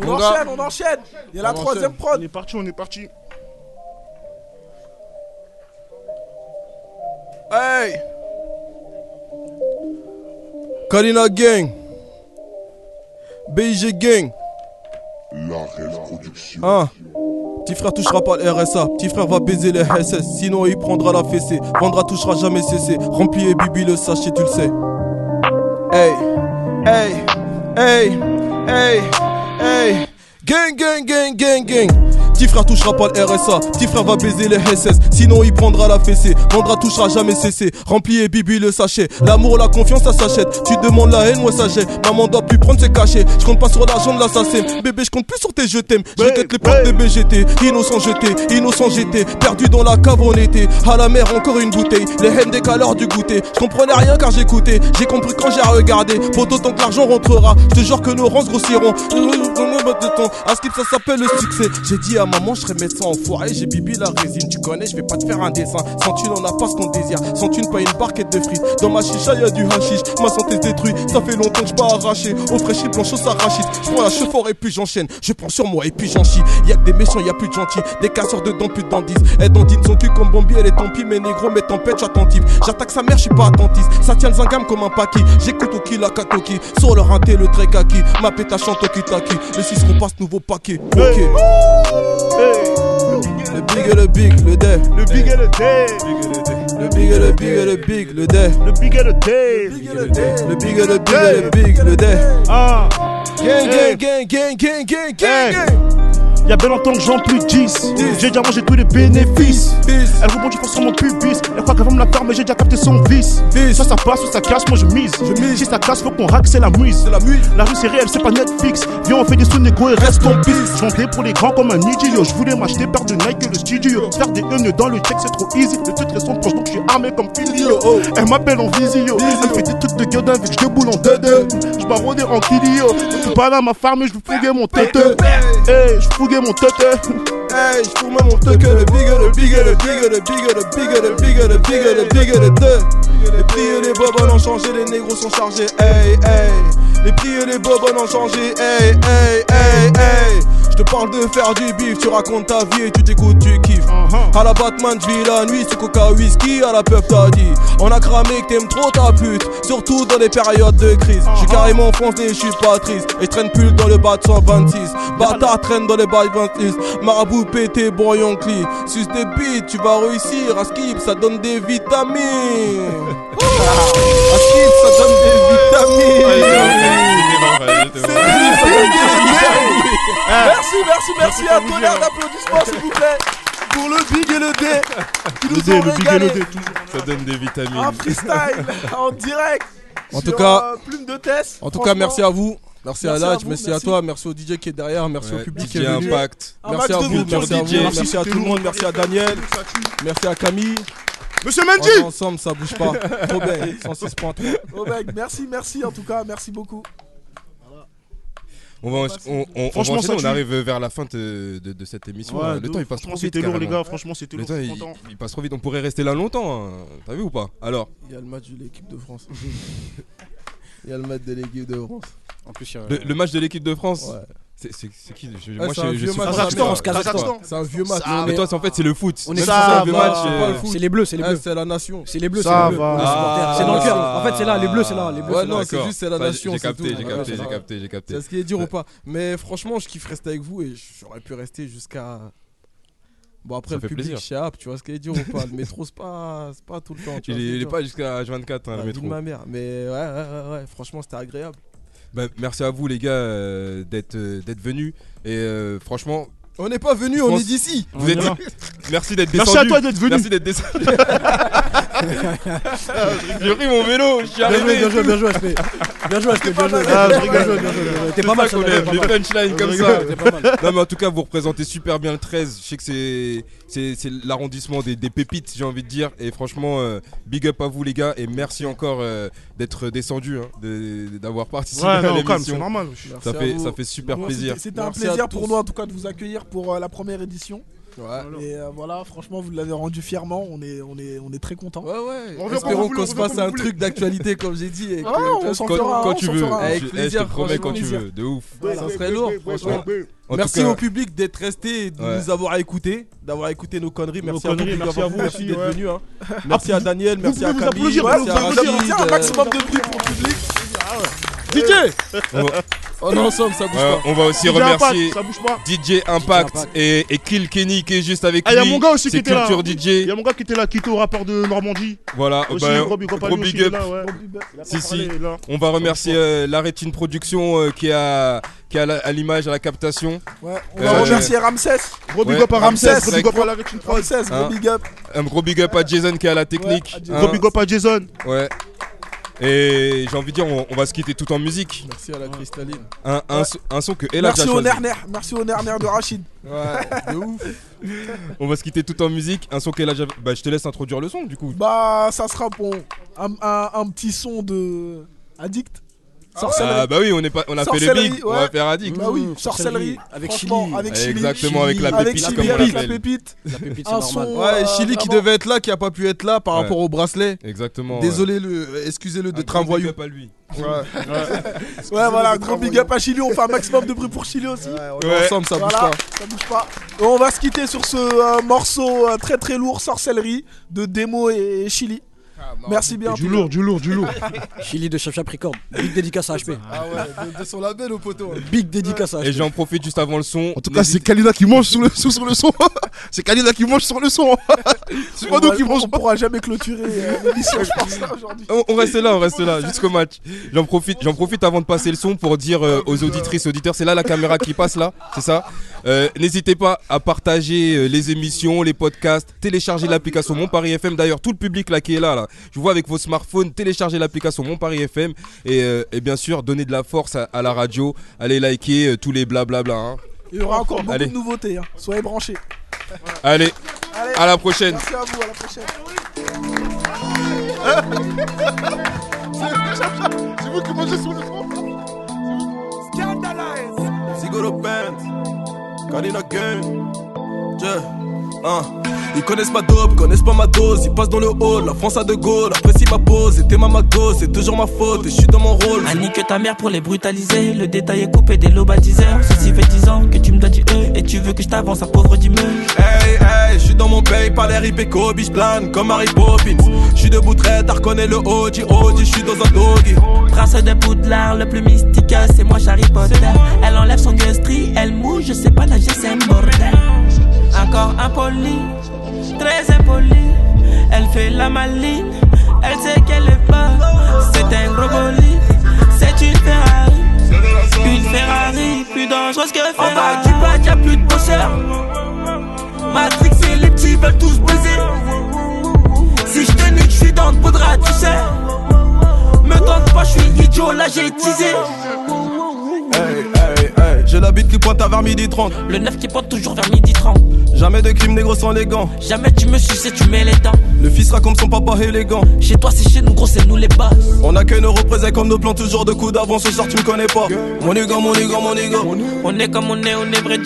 On
Mon gars.
enchaîne, on enchaîne. Il y a la
On
troisième
enchaîne.
On
prod.
est parti, on est parti.
Hey! Kalina Gang. BIG Gang. Hein? Petit frère touchera pas le RSA, petit frère va baiser les SS, sinon il prendra la fessée. Vendra touchera jamais cessé, rempli et bibi le sachet, tu le sais. Hey, hey, hey, hey, hey. Gang, gang, gang, gang, gang. Petit frère touchera pas le RSA, petit frère va baiser les SS, sinon il prendra la fessée. Vendra touchera jamais cessé, rempli et bibi le sachet. L'amour, la confiance, ça s'achète. Tu demandes la haine, ouais, ça jette. Maman doit plus prendre ses cachets. Je compte pas sur l'argent de l'assassin. Bébé, je compte plus sur tes je t'aime. Je
Ouais,
requête les portes de
ouais.
BGT. Innocent jeté, innocent jeté. Perdu dans la cave, on était. À la mer, encore une bouteille. Les haines des calors du goûter. Je comprenais rien car j'écoutais. J'ai compris quand j'ai regardé. Faut d'autant que l'argent rentrera. Je te jure que nos rangs se grossiront. À skip, ça s'appelle le succès. J'ai dit à maman, je serais médecin enfoiré. J'ai bibi la résine. Tu connais, je vais pas te faire un dessin. Sans tu n'en as pas ce qu'on désire. Sans tu pas une barquette de frites. Dans ma chicha, y a du hashish. Ma santé se détruit. Ça fait longtemps que je pas arraché. Au fraîchis, planchot, ça rachis. Je prends la cheveux fort et puis j'enchaîne. Je prends sur moi et puis j'en chie. Y a que des méchants, y a plus de gentils. Des casseurs de dents, plus de dandis. Elle dandine son cul comme Bambi, elle est tant pis. Mes négros, mes tempêtes, je suis attentif. J'attaque sa mère, je suis pas attentiste. Ça tient le zingame comme un paquis. J'écoute au kill, la katoki. Sur leur raté, le trait kaki. Ma péta chante au kitaki. Le 6 qu'on passe, nouveau paquet. Ok. Le big et le big, le day.
Le big
E
et le D,
Le big et le big et le big, le day.
le big et
E
le D.
Le big et le big et le big, le day.
Ah,
Gang, gang, gang, gang, gang, gang, gang, gang.
Il y a bien longtemps que j'en plus 10. J'ai déjà mangé tous les bénéfices. Elle rebondit pour sur mon pubis. Elle croit qu'elle va me la faire, mais j'ai déjà capté son vice. Soit ça passe, soit ça casse, moi je mise. Si ça casse, faut qu'on rack, c'est la muse. La rue c'est réel, c'est pas Netflix. Viens, on fait des sous négro et reste en piste. Je vendais pour les grands comme un idiot. Je voulais m'acheter par du Nike le studio. Faire des haines dans le check, c'est trop easy. De toutes les sons proches, donc je suis armé comme Filio. Elle m'appelle en visio. Elle fait des trucs de gueule vu que je déboule en deux Je baronne en kilio. Je suis pas là, ma femme, mais je fouguais mon tête. Eh, je fouguais mon tête.
Hey, je pourrais mon truc le big le big le big le big le big le big le big le big le deux. Les prix et les bobons ont changé, les négros sont chargés. Hey hey, les prix et les bobons ont changé. Hey hey hey hey. Je te parle de faire du bif, tu racontes ta vie et tu t'écoutes, tu kiffes.
Uh-huh.
À la Batman, je vis la nuit, c'est coca whisky, à la peuple t'as dit. On a cramé que t'aimes trop ta pute, surtout dans les périodes de crise. Je suis carrément foncé, je suis pas triste. Et je traîne pull dans le bas de 126. Bata traîne dans les bas de 26. Marabout pété, broyon cli. Suce des bites, tu vas réussir. À skip, ça donne des vitamines. à skip, ça donne des
euh.
vitamines.
Merci, merci, merci à
hein.
tonnerre d'applaudissements, s'il vous plaît.
Pour le big et le dé, qui
Le
nous
dé,
ont
le big et le
régalé.
dé, toujours.
Ça donne des vitamines.
Ah,
Un freestyle en direct.
En
sur,
tout cas-
euh, plume de test.
En tout cas, merci à vous.
Merci
Merci, à
à
Ladj,
vous,
merci, à
merci.
toi, merci au DJ qui est derrière, merci au public qui
DJ
est venu.
Impact.
Un
Merci à
max de
vous,
vous,
merci à vous,
DJ.
merci à tout le monde, merci à Daniel, merci à Camille.
Monsieur
On
Mendy
est ensemble, ça bouge pas. Trop bien, 106.3.
Oh, mec, merci, merci en tout cas, merci beaucoup.
On va, en- on, on, on, va
Franchement, ça
enchaîner, on
tue.
arrive vers la fin de, de, de cette émission.
Ouais,
là.
de
le temps
ouf.
il passe trop
Franchement,
vite.
C'était lourd, les
carrément.
gars. Franchement, c'était
Le
lourd.
temps il,
Content.
il passe trop vite. On pourrait rester là longtemps. hein. T'as vu ou pas Alors,
Il y a le match de l'équipe de France. Il y a le match de l'équipe de France.
En plus, il y a.
le, le match de l'équipe de France.
Ouais.
C'est c'est- c'est qui je-
Ouais,
Moi,
c'est
je,
un
je
vieux
suis
match.
pas
Kazakhstan,
sûr.
Kazakhstan.
C'est un vieux match.
Ça
on
Mais
est-
toi, c'est- en fait, c'est le foot.
On
Même
est
si
ça,
c'est un
va,
vieux match.
c'est
euh,
pas le foot.
C'est les bleus, c'est les
Ah,
bleus.
c'est la nation.
C'est les bleus, c'est
Ça
les bleus.
va.
Ah, Les
Ah,
supporters, C'est dans le cœur. En fait, c'est là, les bleus, c'est là. Les bleus, c'est
Ouais,
là. Ah,
non,
d'accord.
c'est juste, c'est la
Ouais,
nation,
Ah. J'ai
c'est
capté,
tout.
j'ai
Ouais,
capté,
c'est
j'ai
ça.
capté, j'ai capté.
C'est ce qui est dur ou pas. Mais franchement, je kiffe rester avec vous et j'aurais pu rester jusqu'à. Bon, après
Ça
le
fait
public,
plaisir.
chap, tu vois ce qui est dur ou pas. Le métro, c'est pas, c'est pas tout le temps. Tu
Il
vois,
est-
c'est
il est
dur.
pas jusqu'à 24
Bah,
hein,
La
le
vie
métro.
de ma mère. Mais ouais, ouais, ouais, ouais. franchement, c'était agréable.
Bah, merci à vous les gars euh, d'être euh, d'être venus et euh, franchement
On n'est pas venu,
Je
on
pense-
est d'ici.
vous êtes merci d'être descendu
Merci à toi d'être venu.
merci d'être descendu j'ai pris mon vélo je suis
Bien joué,
arrivé
bien joué, bien joué, HP. Bien joué, HP, bien joué.
Ah, je
Bien joué, bien joué, bien joué. T'es
C'est
pas mal,
ça qu'on
celle-là,
aime,
pas
les
mal.
punchlines comme
Je
ça
rigole, t'es pas mal.
non mais en tout cas vous représentez super bien le 13 je sais que c'est c'est c'est l'arrondissement des, des pépites j'ai envie de dire et franchement euh, big up à vous les gars et merci encore euh, d'être descendu hein, de- d'avoir participé
Ouais,
à
non, calme, c'est
l'émission
normal.
ça
Merci à
fait
vous.
ça fait super
Nous,
plaisir
C'était c'était un
Merci à
plaisir
tous.
pour nous en tout cas de vous accueillir pour euh, la première édition.
Ouais.
Et euh, voilà, franchement, vous l'avez rendu fièrement. On est, on est, on est très content.
Ouais, ouais.
On revient quand vous
Espérons
voulez,
qu'on
on
se
revient quand
fasse
vous
un
voulez.
truc d'actualité, comme j'ai dit. Et que-
Ah, on s'en
quand,
fera,
quand
on
tu
s'en
veux,
fera.
Je-
Avec
eh, je te
plaisir,
promets quand tu
franchement.
veux, de ouf.
ça serait lourd, franchement.
En tout
Merci
cas,
au public d'être resté, et de
Ouais.
nous avoir écouté, d'avoir écouté nos conneries.
Nos
Merci
conneries,
à vous,
merci à vous
merci
aussi,
d'être
ouais.
venus, hein. Merci à Daniel, merci à
pouvez vous
Camille,
applaudir,
merci
Ouais,
à
vous pouvez applaudir.
Rachid.
Tiens, un
euh,
maximum de bruit pour le public.
On est ensemble, ça bouge
euh,
pas.
on va aussi
Il y a un pack,
remercier
Ça bouge pas.
DJ Impact et, et Kill Kenny qui est juste avec
Ah, il y
lui.
a mon gars aussi qui
C'est
était là. hein.
Culture
Il y
DJ.
a mon gars qui était là, qui était au rapport de Normandie.
Voilà,
Aussi,
bah,
Robbie Compagnie
gros
aussi,
big
il est
up.
là, ouais. Il a
Si,
pas
si.
parlé, il est là.
On va remercier euh, la Rétine Production euh, qui a qui a la- à l'image, à la captation.
Ouais, on
Euh,
va remercier Ramsès.
Gros big
Ouais,
up à Ramsès,
Ramsès,
gros big up à la Rétine Prod.
Ramsès, gros
Hein.
big up.
Un gros big up à Jason qui a la technique.
Ouais, à Jason.
hein.
Gros big up à Jason.
Ouais. Et j'ai envie de dire, on, on va se quitter tout en musique.
Merci à la cristalline.
Un, un, so- un son que Ella
Merci
a
au
choisi.
Nerner, merci au Nerner de Rachid.
Ouais, de ouf.
On va se quitter tout en musique. Un son qu'Ella. a- Bah, je te laisse introduire le son du coup.
Bah, ça sera bon. Un, un- un petit son de addict. Sorcellerie.
Ah bah oui, on, est pas, on a fait le
Sorcellerie,
big, on va
ouais.
faire addict.
bah oui,
Mmh,
sorcellerie.
sorcellerie, avec
franchement,
Chili.
Avec Chili.
Exactement, avec la
Avec
pépite,
Chili,
comme on
avec la
l'appelle.
pépite.
La pépite,
Un
Ah,
c'est
son.
normal.
Ouais,
Euh,
Chili qui
vraiment.
devait être là, qui a pas pu être là par
Ouais.
rapport au bracelet.
Exactement.
Désolé, le, excusez-le de tramvoyou.
Pas lui.
Ouais, voilà, gros big up à Chili. On fait un maximum de bruit pour Chili aussi.
On est ensemble, ça bouge
Voilà,
pas.
ça bouge pas. Et on va se quitter sur ce euh, morceau euh, très très lourd, Sorcellerie, de Demo et Chili.
Ah,
Merci bien.
Du lourd, du lourd, du lourd.
Chili de Chef Capricorne. Big dédicace à HP.
Ah ouais, de, de son label au poteau. hein.
Big dédicace à
Et
HP.
j'en profite juste avant le son.
En tout cas, c'est Kalina qui mange sur le, sur, sur le son. c'est Kalina qui mange sur le son. c'est
On
pas nous
va-
qui mangeons
on pourra jamais clôturer euh, l'émission, je pense, là, aujourd'hui.
On, on reste là, on reste là, jusqu'au match. J'en profite, j'en profite avant de passer le son pour dire euh, aux auditrices, auditeurs, c'est là la caméra qui passe là, c'est ça. Euh, N'hésitez pas à partager euh, les émissions, les podcasts, télécharger l'application Mon Paris FM. D'ailleurs, tout le public là qui est là, là, je vous vois avec vos smartphones, télécharger l'application Mon Paris FM et, euh, et bien sûr donner de la force à, à la radio. Allez liker euh, tous les blablabla. hein.
Il y aura encore beaucoup
Allez.
de nouveautés. hein. Soyez branchés.
Allez, à la prochaine.
Merci à vous, à la prochaine.
C'est vous qui mangez sur le son.
Sigolo Pants, Kalina Gang, yeah. hein. Ils connaissent ma dope, connaissent pas ma dose. Ils passent dans le hall, la France a de Gaulle. Apprécie ma pose, c'était ma mago, c'est toujours ma faute. Et je suis dans mon rôle.
Ah, nique ta mère pour les brutaliser. Le détail est coupé des lobatiseurs. Ceci fait 10 ans que tu me dois du E. Et tu veux que je t'avance à pauvre du meuble.
Hey, hey, je suis dans mon pays, pas l'air IP Kobe, je plane comme Harry Poppins. Je suis debout très tard, connais le OG, OG, je suis dans un doggy.
Prince de Poudlard, le plus mystique, c'est moi Harry Potter. Elle enlève son guestry, elle mouille, je sais pas nager, c'est un bordel. Encore impoli, très impoli. Elle fait la maline, elle sait qu'elle est pas. C'est un gros bolide, c'est une Ferrari. Une Ferrari plus dangereuse que Ferrari. En bas du pad, y'a plus de bosseurs. Matrix et les petits veulent tous baiser. Si je te nique, je suis dans le poudra, tu sais. Me tente pas, je suis idiot, là j'ai teasé.
Hey, hey, hey, j'ai l'habitude qui pointe à vers midi 30.
Le 9 qui porte toujours vers midi 30.
Jamais de crime négro sans les gants.
Jamais tu me suces et tu mets les dents.
Le fils sera comme son papa élégant.
Chez toi, c'est chez nous, gros, c'est nous les bas.
On a que nos représailles comme nos plans, toujours de coups d'avance. Ce soir, tu me connais pas. Mon nigga, mon nigga, mon nigga.
On est comme on est, on est vrai du.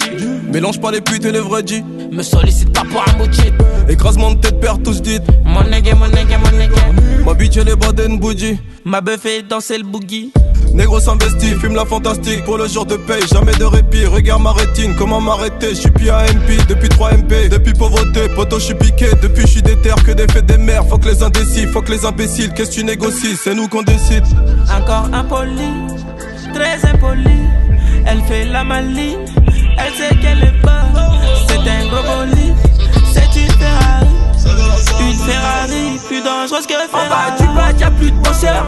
Mélange pas les putes et les vrais G.
Me sollicite pas pour un bout de shit.
Écrasement de tête, perd tous dit.
Mon nigga, mon nigga, mon nigga.
Ma bitch, elle est baden bougie.
Ma bœuf fait danser le boogie.
Négro s'investit, fume la fantastique pour le jour de paye, jamais de répit. Regarde ma rétine, comment m'arrêter Je suis MP depuis 3 MP, depuis pauvreté, poteau je suis piqué, depuis je suis déter que des faits des mères. Faut que les indécis, faut que les imbéciles, qu'est-ce que tu négocies C'est nous qu'on décide.
Encore impoli, très impoli. Elle fait la maline, elle sait qu'elle est pas. C'est un gros bolide, c'est une Ferrari. Une Ferrari plus dangereuse que Ferrari. En bas du pad, y'a plus de penseurs.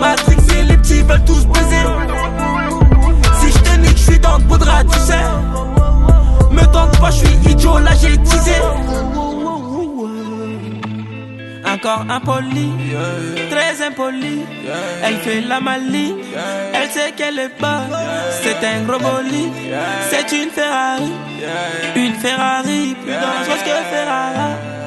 Matrix et les petits veulent tous baiser. Si je te nique, je suis dans le poudra, tu sais. Me tente pas, je suis idiot, là j'ai teasé. Encore impoli, très impoli. Elle fait la maline, elle sait qu'elle est pas. C'est un gros bolide, c'est une Ferrari. Une Ferrari plus dangereuse que Ferrari.